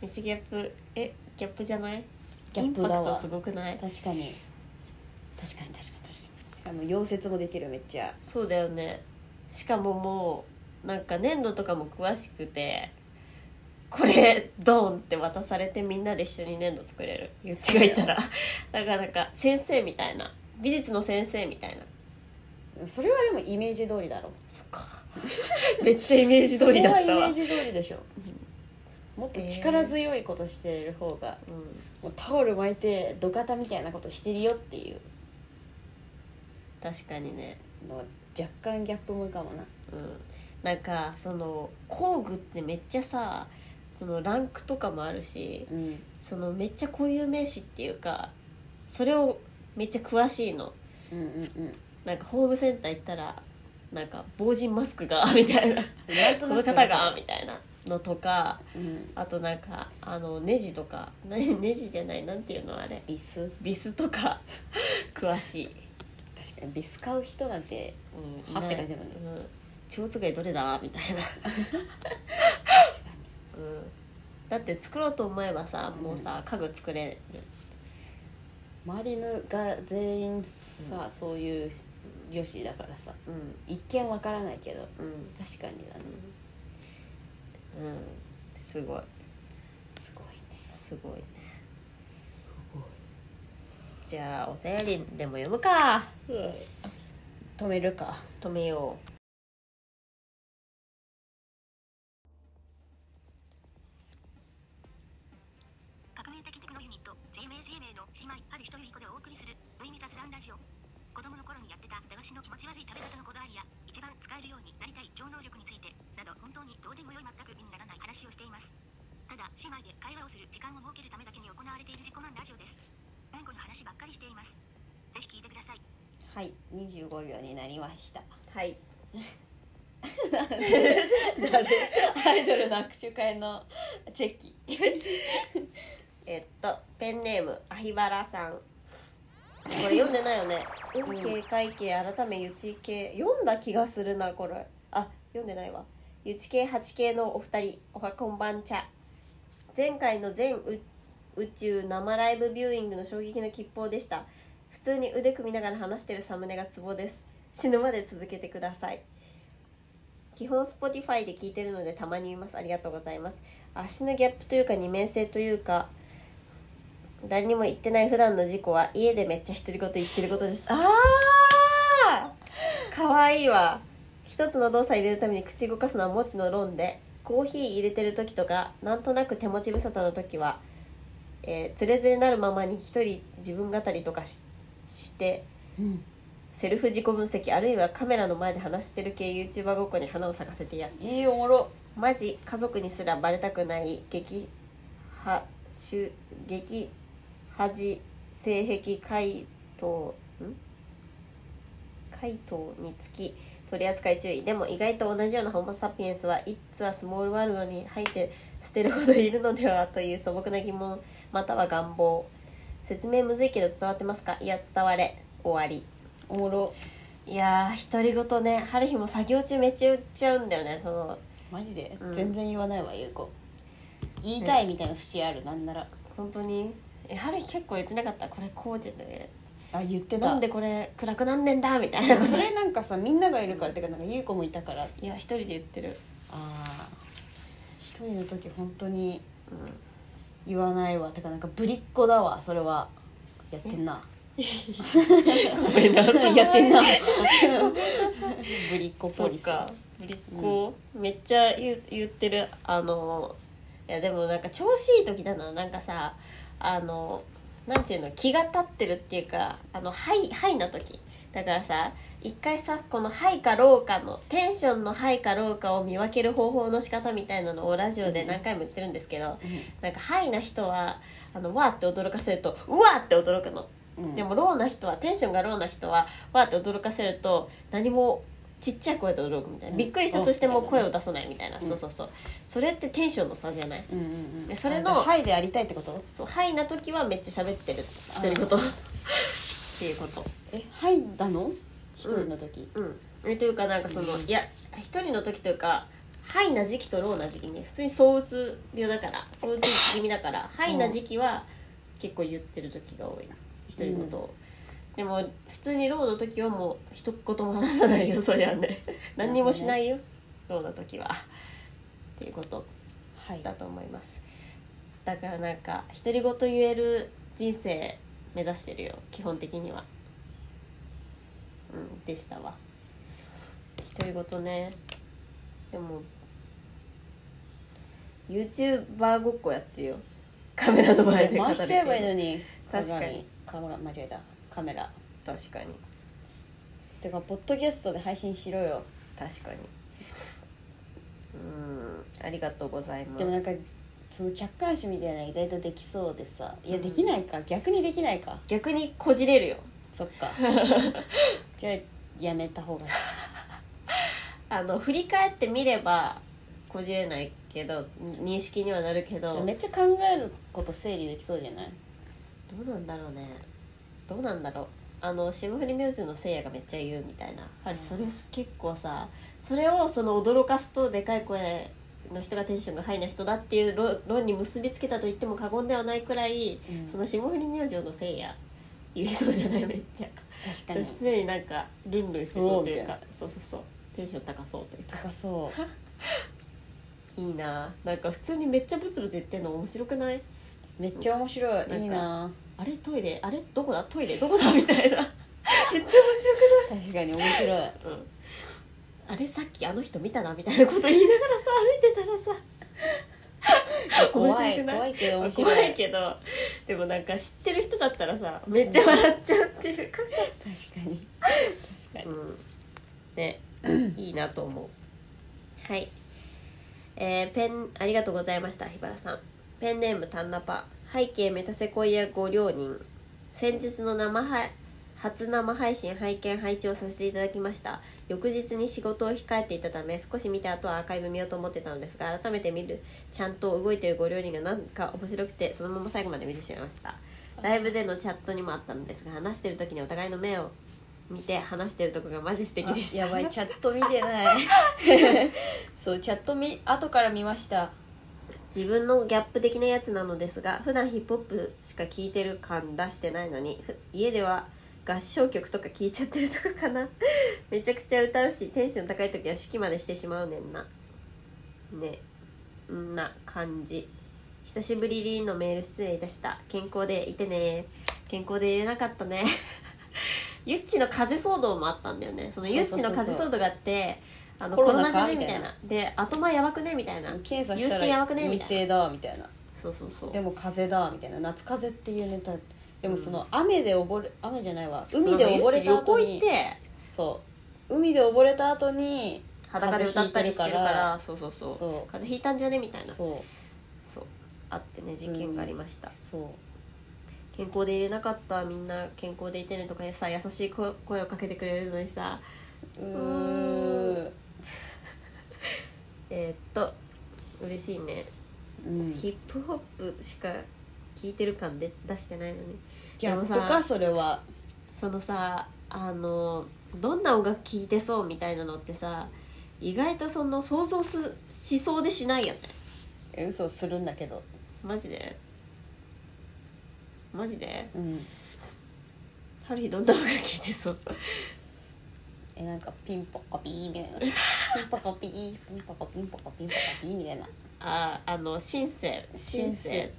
めっちゃギャップえギャップじゃないギャップだインパわクトすごくない確かに確かに確かに確かにしかも溶接もできるめっちゃそうだよねしかももうなんか粘土とかも詳しくてこれドーンって渡されてみんなで一緒に粘土作れるゆっちがいた らだからなんか先生みたいな美術の先生みたいなそれはでもイメージ通りだろそっか めっちゃイメージ通りだっそたこわはイメージ通りでしょもっと力強いことしてる方が、うんもうタオル巻いて土方みたいなことしてるよっていう確かにねのは若干ギャップもかもなうんなんかその工具ってめっちゃさそのランクとかもあるしうんそのめっちゃ固有名詞っていうかそれをめっちゃ詳しいのうんうんうんなんかホームセンター行ったらなんか防塵マスクが みたいななんことなのく方がみたいなのとかうんあとなんかあのネジとかなネジじゃないなんていうのあれビスビスとか 詳しい、確かにビス買う人なんてうん、はって感じだもんねうん、蝶使いどれだみたいな、うん、だって作ろうと思えばさもうさ家具作れる周りのが全員さ、そういう女子だからさうん一見わからないけどうん確かにだねうんすごいすごいねすごいねじゃあお便りでも読むか止めるか止めよ革命的テクノユニット JMAGMA の姉妹ある一人い子でお送りする無意味雑談ラジオ子供の頃にやってた駄菓子の気持ち悪い食べ方のこだわりや一番使えるようになりたい超能力についてなど本当にどうでもよい全く意味ならない話をしていますただ姉妹で会話をする時間を設けるためだけに行われている自己満ラジオですうんこの話ばっかりしていますぜひ聞いてくださいはい25秒になりましたうはい アイドルの握手会のチェキえっとペンネームアヒバラさんこれ読んでないよね「ん運慶会計改めゆち系」読んだ気がするなこれあ読んでないわゆち系八系のお二人おはこんばんちゃ前回の全宇宇宙生ライブビューイングの衝撃の吉報でした普通に腕組みながら話してるサムネがツボです死ぬまで続けてください基本 Spotify で聞いてるのでたまに言いますありがとうございます足のギャップというか二面性というか誰にも言ってない普段の事故は家でめっちゃ独り言言ってることですああかわいいわ一つの動作入れるために口動かすのはもちの論でコーヒー入れてる時とかなんとなく手持ち無沙汰の時はえーつれづれなるままに一人自分語りとかししてうんセルフ自己分析あるいはカメラの前で話してる系 YouTuber ごっこに花を咲かせてやすいいおもろマジ家族にすらバレたくない激はしゅ激恥性癖回答ん回答につき取り扱い注意でも意外と同じようなホモ・サピエンスは「イッツ・ア・スモール・ワールド」に入って捨てるほどいるのではという素朴な疑問または願望説明むずいけど伝わってますかいや伝われ終わりおもろいやー独り言ね春日も作業中めっちゃ言っちゃうんだよねそのマジで、うん全然言わないわゆう子言いたいみたいな節ある、なんなら本当にえ春日結構言ってなかったこれこうでねあ言ってなたんでこれ暗くなんねんだみたいなことそれなんかさみんながいるからてかなんかゆう子もいたからいや一人で言ってるあ一人の時本当にうん言わないわてかなんかぶりっ子だわそれはやってんなごめんなさいやってんなぶりっ子そポうリスかぶりっ子、めっちゃ言う言ってるあのいやでもなんか調子いい時だななんかさあのなんていうの気が立ってるっていうかあのハイハイな時だからさ一回さこのハイかローかのテンションのハイかローかを見分ける方法の仕方みたいなのをラジオで何回も言ってるんですけど、なんかハイな人はあのわーって驚かせるとうわーって驚くのうんでもローな人はテンションがローな人はわーって驚かせると何もちっちゃい声で驚くみたいな、うんびっくりしたとしても声を出さないみたいな、うんそうそうそうそれってテンションの差じゃない、うんうんうえんそれのあはいでありたいってことそうハイな時はめっちゃ喋ってるあ独り言 っていうことえはいなの一人の時、うんえというかなんかその、うんいや一人の時というかハイな時期とローな時期に普通に躁うつ病だから躁うつ気味だからハイな時期は結構言ってる時が多い一人ごとを、でも普通にローの時はもう一言も話さないよそりゃね何にもしないよ、ローの時はっていうことはいだと思いますだからなんか独り言言える人生目指してるよ基本的にはうんでしたわ独り言ねでも YouTuber ごっこやってるよカメラの前で語る回しちゃえばいいのに確かに鏡カメラ間違えたカメラ確かにてかポッドキャストで配信しろよ確かにうんありがとうございますでもなんかその客観視みたいなの意外とできそうでさいやうんできないか、逆にできないか逆にこじれるよそっか じゃあやめた方がいいあの振り返ってみればこじれないけど認識にはなるけどめっちゃ考えること整理できそうじゃないどうなんだろうねどうなんだろうあの霜降り明星のせいやがめっちゃ言うみたいなやはりそれす結構さそれをその驚かすとでかい声の人がテンションがハイな人だっていう論論に結びつけたと言っても過言ではないくらい、うんその霜降り明星のせいや言いそうじゃないめっちゃ 確かにすでになんかルンルンしてそうというおーかそうそうそうテンション高そうというか高そういいななんか普通にめっちゃブツブツ言ってんの面白くないめっちゃ面白かいいいなあれトイレあれどこだトイレどこだみ たいなめっちゃ面白くない確かに面白いうんあれさっきあの人見たなみたいなこと言いながらさ歩いてたら さ怖面白いくない怖いけど面白い怖いけどでもなんか知ってる人だったらさめっちゃ笑っちゃうっていうか、確かに確かうん、ね、いいなと思うはいえーペンありがとうございました日原さんペンネームタンナパ背景メタセコイアご両人先日の生配初生配信拝見拝聴させていただきました翌日に仕事を控えていたため少し見た後はアーカイブ見ようと思ってたのですが改めて見るちゃんと動いてるご両人がなんか面白くてそのまま最後まで見てしまいましたライブでのチャットにもあったのですが話してる時にお互いの目を見て話してるとこがマジ素敵でにしたやばいチャット見 てないそうチャット見後から見ました自分のギャップ的なやつなのですが普段ヒップホップしか聴いてる感出してないのにふ家では合唱曲とか聴いちゃってるとかかな めちゃくちゃ歌うしテンション高い時は式までしてしまうねんなねんな感じ久しぶりリーンのメール失礼いたした健康でいてね健康でいれなかったね ゆっちの風邪騒動もあったんだよねそのそうゆそうっそうそうちの風邪騒動があってあのココロロナナかじゃねみたいみなで後前やばくねみたいな検査し有た識やばらくねみ陰たいな性だみたいなそうそうそうでも風邪だみたいな夏風邪っていうネタでもそうんの雨で溺れ雨じゃないわ海で溺れた旅行後行っにてそう海で溺れた後に裸で歌ったりしてるからそうそうそうそう風邪ひいたんじゃねみたいなそうそうあってね事件がありました、そ健康でいれなかったみんな健康でいてねとかさ優しい声声をかけてくれるのにさううーーえーっと嬉しいね、うんギヒップホップしか聴いてる感で出してないのにャップかそれはそのさあのどんな音楽聴いてそうみたいなのってさ意外とその想像すしそうでしないよねえ嘘するんだけどマジでマジでうんハルヒどんな音楽聴いてそうえなんかピンポコピーみたいなピンポコピーピンポコピンポコピンポコピーみたいなあああのシンセシンセ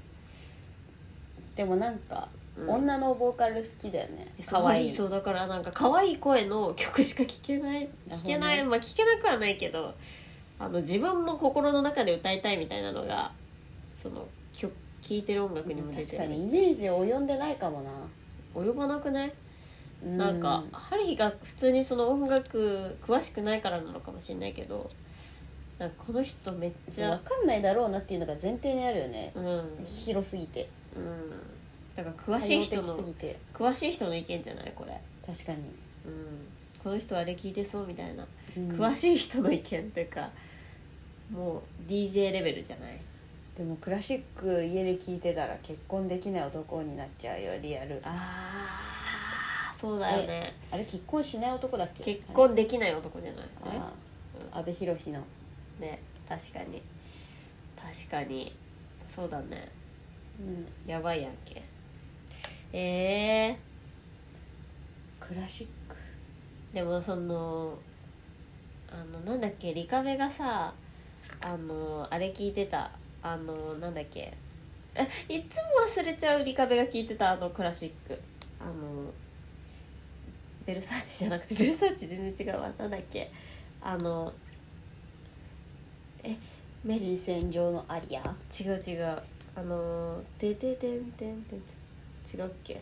でもなんか、うん女のボーカル好きだよねそう可愛いそうだからなんか可愛い声の曲しか聴けないな聴るほどねけない、まあ聴けなくはないけどあの自分も心の中で歌いたいみたいなのがその曲聴いてる音楽にも出てる確かにイメージ及んでないかもな及ばなくないうんなんか、ハリヒが普通にその音楽詳しくないからなのかもしれないけどなんかこの人めっち分ゃかんないだろうなっていうのが前提にあるよね、うん、広すぎてうん、だから詳しい人多様的すのぎて詳しい人の意見じゃないこれ、確かに、うん、この人あれ聞いてそうみたいな、うん詳しい人の意見というかもう DJ レベルじゃないでもクラシック家で聴いてたら結婚できない男になっちゃうよリアルああーそうだよねれ結婚しない男だっけ結婚できない男じゃないあれあー阿部寛のねね確かに確かにそうだねうんやばいやんけえクラシックー、でもそのあのなんだっけリカベがさあのあれ聞いてたあのなんだっけえいつも忘れちゃうリカベが聞いてたあのクラシックあのベルサーチじゃなくてベルサーチ全然違うわなんだっけあのえめっ人選上のアリア違う違うあの「てててんてんてん」ち違うっけね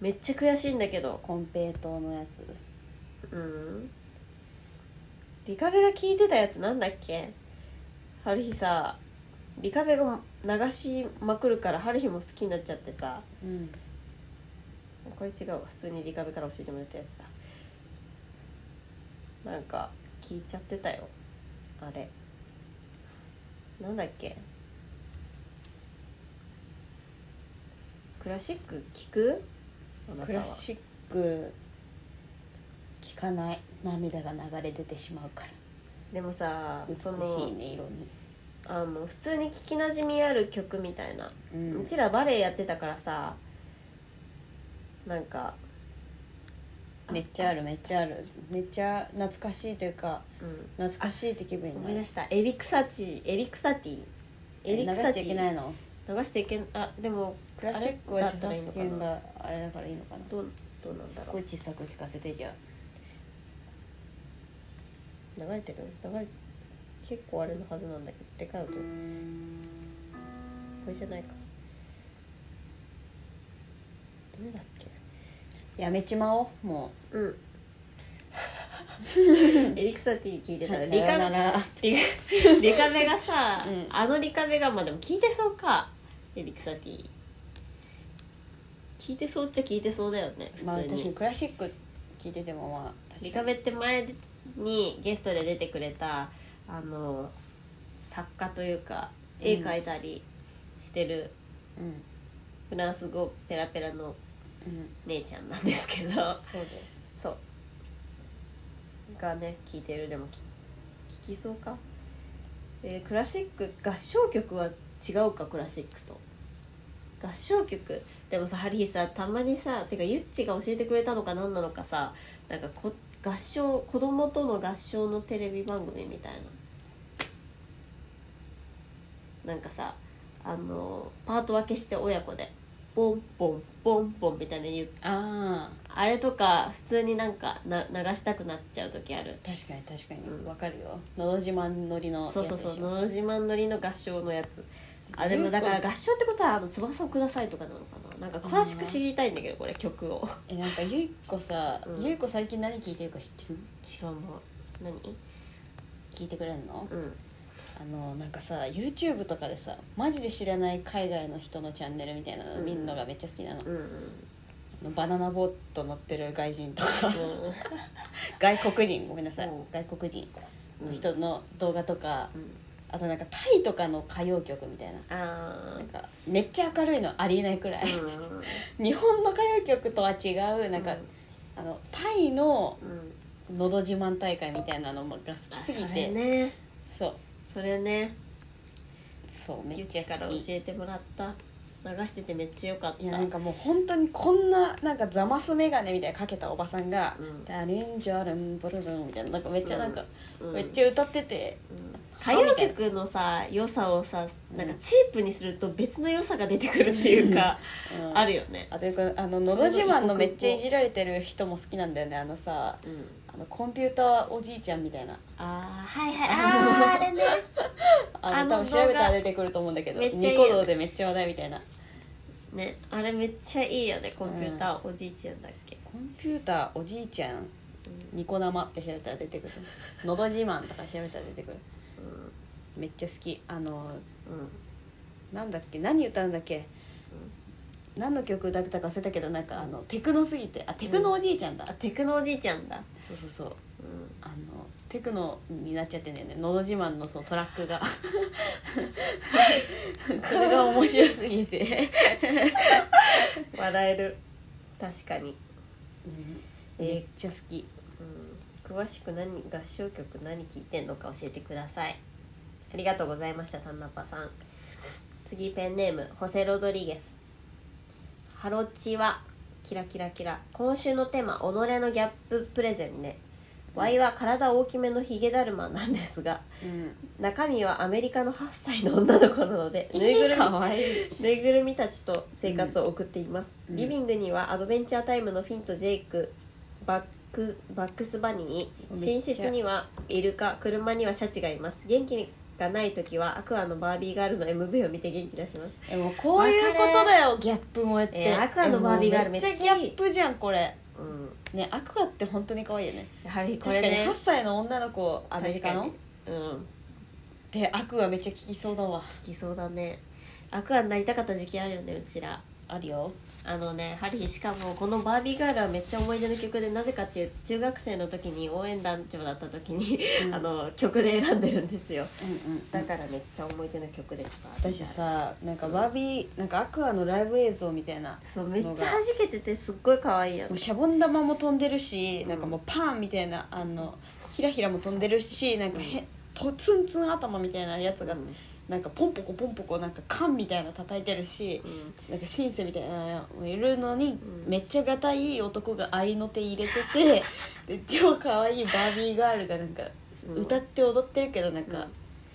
めっちゃ悔しいんだけどコンペイトーのやつうんリカベが聞いてたやつなんだっけ春日さリカベが流しまくるから春日も好きになっちゃってさうんこれ違うわ普通にリカベから教えてもらったやつだなんか聞いちゃってたよあれなんだっけクラシック聞くあなクたラはシック聞かない涙が流れ出てしまうからでもさ美しいそねの色に、あの普通に聞きなじみある曲みたいな、う、うんちらバレエやってたからさなんか、めっちゃあるめっちゃあるめっちゃ懐かしいというかうん、懐かしいって気分に思ない出るしたエリクサチエリクサティエリクサ流しちテゃいィけないの流していけんあでもクラシックはあれ著作権があれだからいいのかなどうどうなんすだろごうい小さく聞かせてじゃあ流れてる流れ結構あれのはずなんだけどでかい音これじゃないかどれだっけやめちまおうもうんエリクサティ聞いてうたらさリよカならリリカメがさ、うんあのリカメがまあでも聞いてそうかエリクサティ聞いてそうっちゃ聞いてそうだよね普通に,、まあ確かにクラシック聞いててもまあリ確カかにメって前にゲストで出てくれたあの作家というかうん絵描いたりしてる、うんフランス語ペラペラのうん姉ちゃんなんですけどそうですそうがね聞いてるでも聞きそうか、えークラシック合唱曲は違うかクラシックと合唱曲でもさハリーさたまにさてかゆっちが教えてくれたのか何なのかさなんかこ合唱子供との合唱のテレビ番組みたいななんかさあのパート分けして親子でボンボンボンボンみたいなの言ってあああれとか普通になんかな流したくなっちゃう時ある確かに確かうにんわかるよ「のど自慢」のりのやつそうでしそょうそう「のど自慢のり」の合唱のやつあでもだからゆうこ合唱ってことは「あの翼をください」とかなのかななんか詳しく知りたいんだけどこれ曲をえなんかゆいこさ、うんゆいこ最近何聞いてるか知ってる知らない何聞いてくれんの、うんあのなんかさ YouTube とかでさマジで知らない海外の人のチャンネルみたいなのうん見るのがめっちゃ好きなの,、うんバナナボート乗ってる外人とか うんうん外国人ごめんなさい、うん外国人の人の動画とか、うんあとなんかタイとかの歌謡曲みたいなあなんーかめっちゃ明るいのありえないくらい、うん 日本の歌謡曲とは違うなんか、あのタイのうん「のど自慢大会」みたいなのが好きすぎそてれねそうそれねそうめゆっっちゃちから好教きえてもらった流しててめっちゃ良かったいやなんかもう本当にこんななんかザマスメガネみたいなかけたおばさんがうん「ダリンジャルンブルルン」みたいななんかめっちゃなんか、うんめっちゃ歌ってて歌謡曲のさ良さをさなんかチープにすると別の良さが出てくるっていうか、うんあるよねあというかあの「のど自慢」のめっちゃいじられてる人も好きなんだよねあのさうんあのコンピューターおじいちゃんみたいなあーはいはいあーあれねああのの多分調べたら出てくると思うんだけどめっちゃいいニよコ動でめっちゃ話題みたいな ねあれめっちゃいいよねコンピューターおじいちゃんだっけ、コンピューターおじいちゃんうんニコ生って調べたら出てくる「のど自慢」とか調べたら出てくるめっちゃ好きあのうんうんなんだっけ何歌うんだっけ、何の曲歌ってたか忘れたけどなんかあのテクノすぎてあテクノおじいちゃんだ、あテクノおじいちゃんだ、そうそうそううあのテクノになっちゃってんだよね「のど自慢」のそのトラッ クがそれが面白すぎて、ん、笑える確かに、うんめっちゃ好きうん、詳しく何合唱曲何聴いてんのか教えてくださいありがとうございましたタンナッパさん次ペンネームホセ・ロドリゲスハロチはキラキラキラ今週のテーマ己のギャッププレゼンねワイは体大きめのヒゲだるまなんですが中身はアメリカの8歳の女の子なのでぬいぐるみかわいいぬいぐるみたちと生活を送っています、うんリビングにはアドベンチャータイムのフィンとジェイクバックバックスバニーめっ寝ちゃ室にはイルカ車にはシャチがいます元気がない時はアクアのバービーガールの MV を見て元気出しますえもうこういうことだよギャップ萌えって、えーアクアのバービーガールえもうめっちゃめっちゃいいギャップじゃんこれうんねアクアって本当に可愛いよねやはりこ確れかにね8歳の女の子アメリカの確かにうんでアクアめっちゃ効きそうだわ聞きそうだねアクアになりたかった時期あるよねうちらあるよあのねハリーしかもこの「バービーガール」はめっちゃ思い出の曲でなぜかっていう中学生の時に応援団長だった時に、うんあの曲で選んでるんですようんうんだからめっちゃ思い出の曲ですか私さなんかバービーなんかアクアのライブ映像みたいなそうめっちゃ弾けててすっごい可愛いやもんうシャボン玉も飛んでるし、うんなんかもうパンみたいなあのひらひらも飛んでるしなんかへ、とツンツン頭みたいなやつが、うんなんかポンポコポンポコなんか缶みたいな叩いてるし、うんなんかシンセみたいなのいるのに、うんめっちゃがたいい男が合いの手入れてて で超可愛いバービーガールがなんかうん歌って踊ってるけどなんか、うん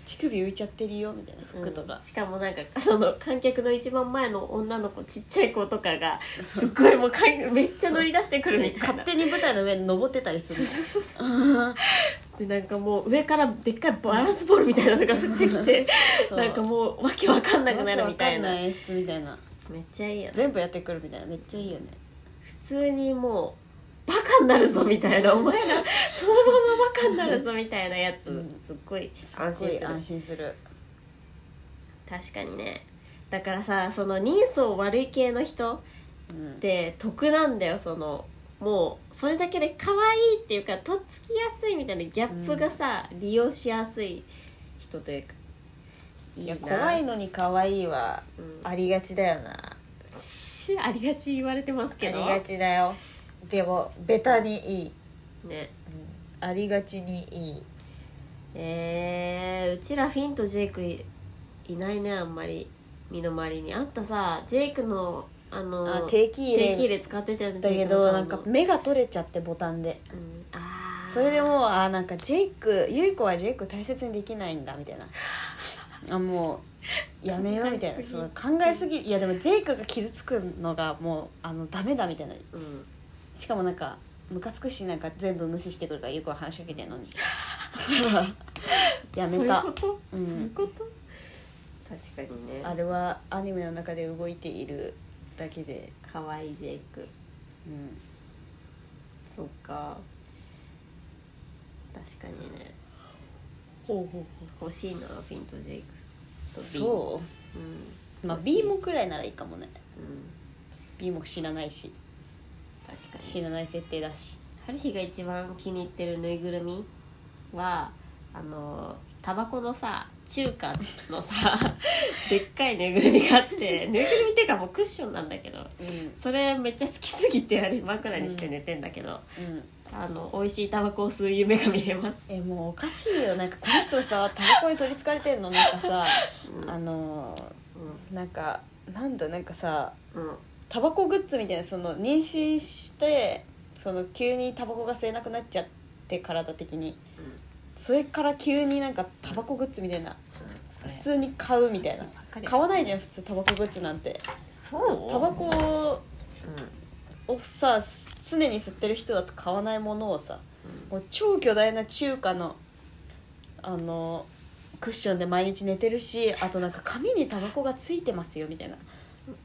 乳首浮いちゃってるよみたいな服とかうん、しかもなんかその観客の一番前の女の子ちっちゃい子とかがすっごいもうかいめっちゃ乗り出してくるみたいな勝手に舞台の上に登ってたりす るでなんかもう上からでっかいバランスボールみたいなのが降ってきてそうなんかもうわけわかんなくなるみたいなわけわかんない演出みたいなめっちゃいいやん全部やってくるみたいなめっちゃいいよね普通にもうバカになるぞみたい なお前らそのままバカになるぞみたいなやつ、うんすっごいすっごい安心する安心する確かにねだからさその人相悪い系の人うんって得なんだよそのもうそれだけで可愛いっていうかとっつきやすいみたいなギャップがさ、利用しやすい人というかいいなや怖いのに可愛いはうんありがちだよな、しありがち言われてますけどありがちだよでもベタにいい、ねありがちにいいえー、うちらフィンとジェイクいいないねあんまり身の回りにあんたさジェイクのあのあ定期入れ定期入れ使ってたよねだけどなんかジェイクの目が取れちゃってボタンで顔のうん、あーそれでもうあーなんかジェイクゆい子はジェイク大切にできないんだみたいなあもうやめようみたいな その考えすぎいやでもジェイクが傷つくのがもうあのダメだみたいなうんしかもなんかムカつくしなんか全部無視してくるからゆい子は話しかけてんのに だからやめたそういうこと、うんそういうこと確かにねあれはアニメの中で動いているだけでかわいいジェイクうんそっか確かにねほうほう欲しいなフィンとジェイクとビー、そううんうまあ欲しい B もくらいならいいかもねうん、 B も死なないし確かに死なない設定だし春日が一番気に入ってるぬいぐるみはあのタバコのさ中華の さでっかいぬいぐるみがあってぬいぐるみっていうかもうクッションなんだけどうんそれめっちゃ好きすぎてあれ枕にして寝てんだけど、うんあの美味しいタバコを吸う夢が見れます、えもうおかしいよなんかこの人さタバコに取りつかれてんのなんかさうんあのーなんかなんだなんかさうんうんタバコグッズみたいなその妊娠してその急にタバコが吸えなくなっちゃって体的にそれから急になんかタバコグッズみたいな普通に買うみたいなかる買わないじゃん普通タバコグッズなんてそうタバコうんをさ常に吸ってる人だと買わないものをさもう超巨大な中華のあのクッションで毎日寝てるしあとなんか髪にタバコがついてますよみたいな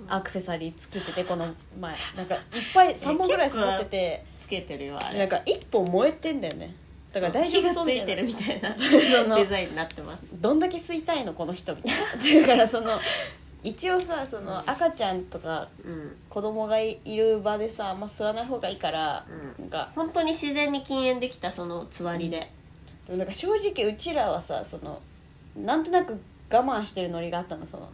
アクセサリーつけててこの前なんかいっぱい3本ぐらい刺さっててつけてるよあれなんか1本燃えてんだよねだから大丈火夫がそうつみたいてるいなみたいな そのデザインになってますどんだけ吸いたいのこの人みたいなだからその一応さその赤ちゃんとかうん子供がいる場でさあんま吸わない方がいいから、うんなんか本当に自然に禁煙できたそのつわりで、でもなんか正直うちらはさそのなんとなく我慢してるノリがあったのその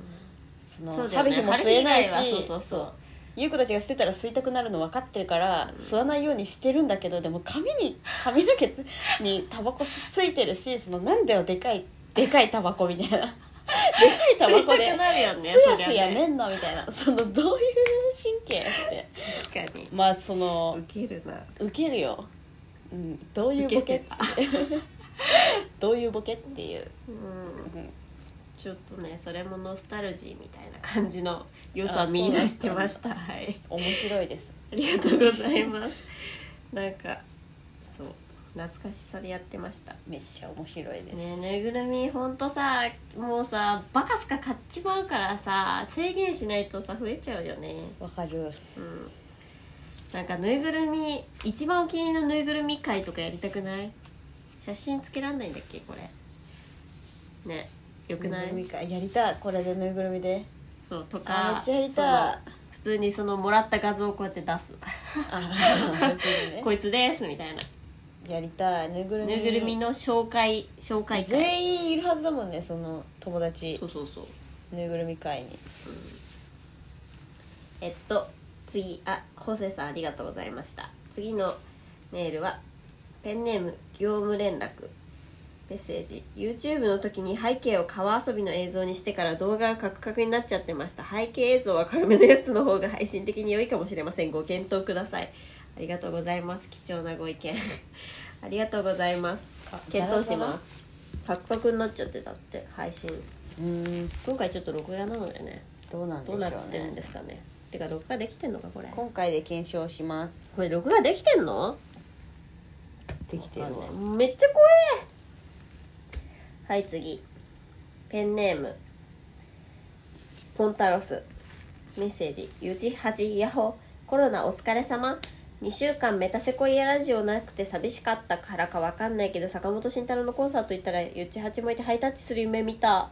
そのそうだよ春ね日も吸えないし春日以外はそうそうそう優子たちが吸ってたら吸いたくなるの分かってるから、吸わないようにしてるんだけどでも髪に髪の毛つ にタバコついてるしそのなんだよでかいでかいタバコみ たいなでかいタバコ吸いたでくなるよねすやそすりゃやねねんのみたいなそのどういう神経って確かにまあそのウケるなウケるよ、うん、どういうボケウケて どういうボケっていう、うんうんちょっとねそれもノスタルジーみたいな感じの良さを見出してましたはい面白いですありがとうございますなんかそう懐かしさでやってましためっちゃ面白いです、ねえぬいぐるみほんとさもうさバカすか買っちまうからさ制限しないとさ増えちゃうよねわかるうんなんかぬいぐるみ一番お気に入りのぬいぐるみ会とかやりたくない写真つけらんないんだっけこれねよくぬないいぐるみかやりたいこれでぬいぐるみで そうとあーかめっちゃやりたいその普通にそのもらった画像をこうやって出すあー別「にねこいつです」みたいなやりたいぬいぐるみぬいぐるみの紹介紹介会全員いるはずだもんねその友達そうそうそうぬいぐるみ会にえっと次あホセさんありがとうございました次のメールはペンネーム業務連絡メッセージ YouTube の時に背景を川遊びの映像にしてから動画がカクカクになっちゃってました背景映像は軽めのやつの方が配信的に良いかもしれませんご検討くださいありがとうございます貴重なご意見 ありがとうございますあ検討しますカクカクになっちゃってだって配信うーん今回ちょっと録画なのでねどうなんでどしょううなねってるんですかねてか録画できてんのかこれこ今回で検証しますれ録画できてんのできてわるわかんないめっちゃ怖えはい次ペンネームポンタロスメッセージ「ゆちはじやほコロナお疲れ様2週間メタセコイアラジオなくて寂しかったからかわかんないけど坂本慎太郎のコンサート行ったらゆちはちもいてハイタッチする夢見た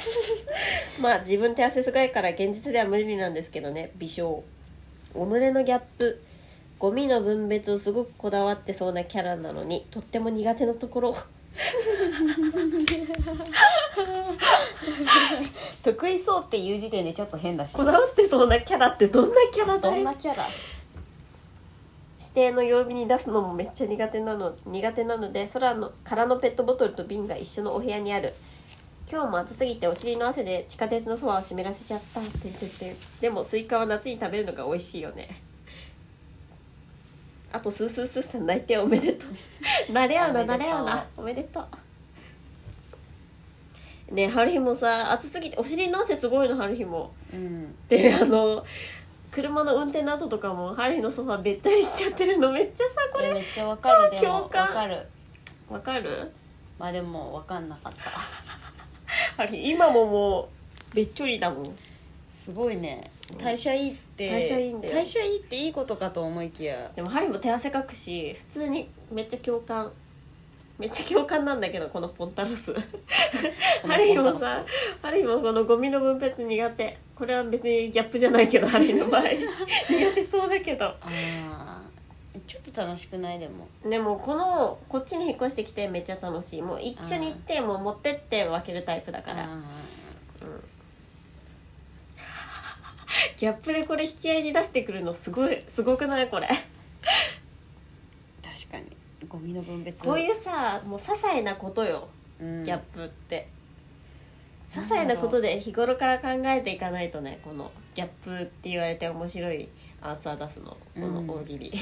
まあ自分手汗すごいから現実では無理なんですけどね微笑己のギャップゴミの分別をすごくこだわってそうなキャラなのにとっても苦手なところ 得意そうっていう時点でちょっと変だしこだわってそうなキャラってどんなキャラどだんいなキャラ指定の曜日に出すのもめっちゃ苦手なの苦手なので空の空のペットボトルと瓶が一緒のお部屋にある今日も暑すぎてお尻の汗で地下鉄のソファーを湿らせちゃったてんてんてんでもスイカは夏に食べるのが美味しいよねあとスースースーさん泣いておめでと うなれよなおめでとなうれよなおめでとうねえ春日もさ暑すぎてお尻の汗すごいの春日もうんであの車の運転の後とかも春日のソファべっとりしちゃってるのめっちゃさこいやれめっちゃわかる超で共もわ感かるわかるまあでもわかんなかった春日今ももうべっちょりだもんすごいね代謝いいって代謝いいんだよ代謝いいっていいことかと思いきやでも春日も手汗かくし普通にめっちゃ共感めっちゃ共感なんだけどこのポンタロ ス春日もさ春日もこのゴミの分別苦手これは別にギャップじゃないけど春日の場 合苦手そうだけどあーちょっと楽しくないでもでもこのこっちに引っ越してきてめっちゃ楽しいもう一緒に行ってもう持ってって分けるタイプだからあギャップでこれ引き合いに出してくるのすごいすごくないこれー確かにゴミの分別、こういううさもう些細なことようん、ギャップって、些細なことで日頃から考えていかないとねこのギャップって言われて面白いアンサー出すのこの大喜利、うん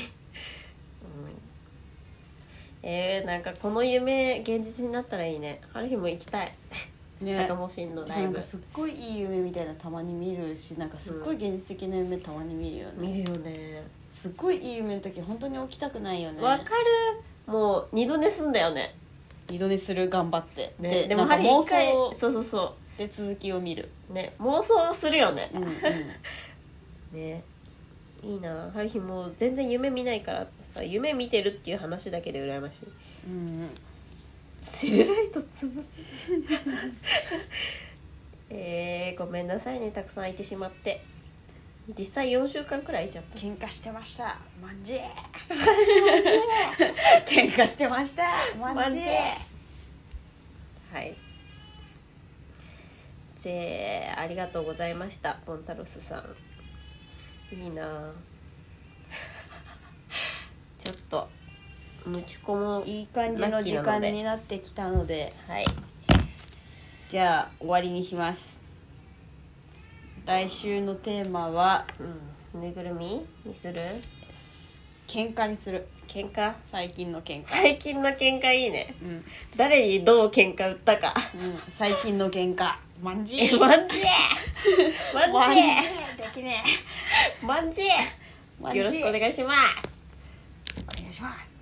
えー、なんかこの夢現実になったらいいねある日も行きたい、ね坂本慎のライなんブかすっごいいい夢みたいなのたまに見るしなんかすっごい現実的な夢たまに見るよね、見るよねすっごいいい夢の時本当に起きたくないよねわ、かるもう二度寝すんだよね二度寝する頑張って、ねででもなんか春日妄一回想そうそうそで続きを見るうね妄想するよね、 うんうんねいいなハリヒもう全然夢見ないからさ夢見てるっていう話だけで羨ましいうんうんセルライト潰す えー、ごめんなさいねたくさん空いてしまって実際4週間くらい空いちゃっ喧嘩してましたまんじゅ喧嘩してましたたまんじゅはいぜーありがとうございましたボンタロスさんいいな ちょっとムチコもいい感じの時間になってきたのではいじゃあ終わりにします来週のテーマはうん、ぬいぐるみにする喧嘩にする喧嘩最近の喧嘩 最近の喧嘩いいねうん、うん、誰にどう喧嘩売ったか最近の喧嘩まんじゅえマンジェマンジできねェマンジえまんェじゅよろしくお願いしますお願いします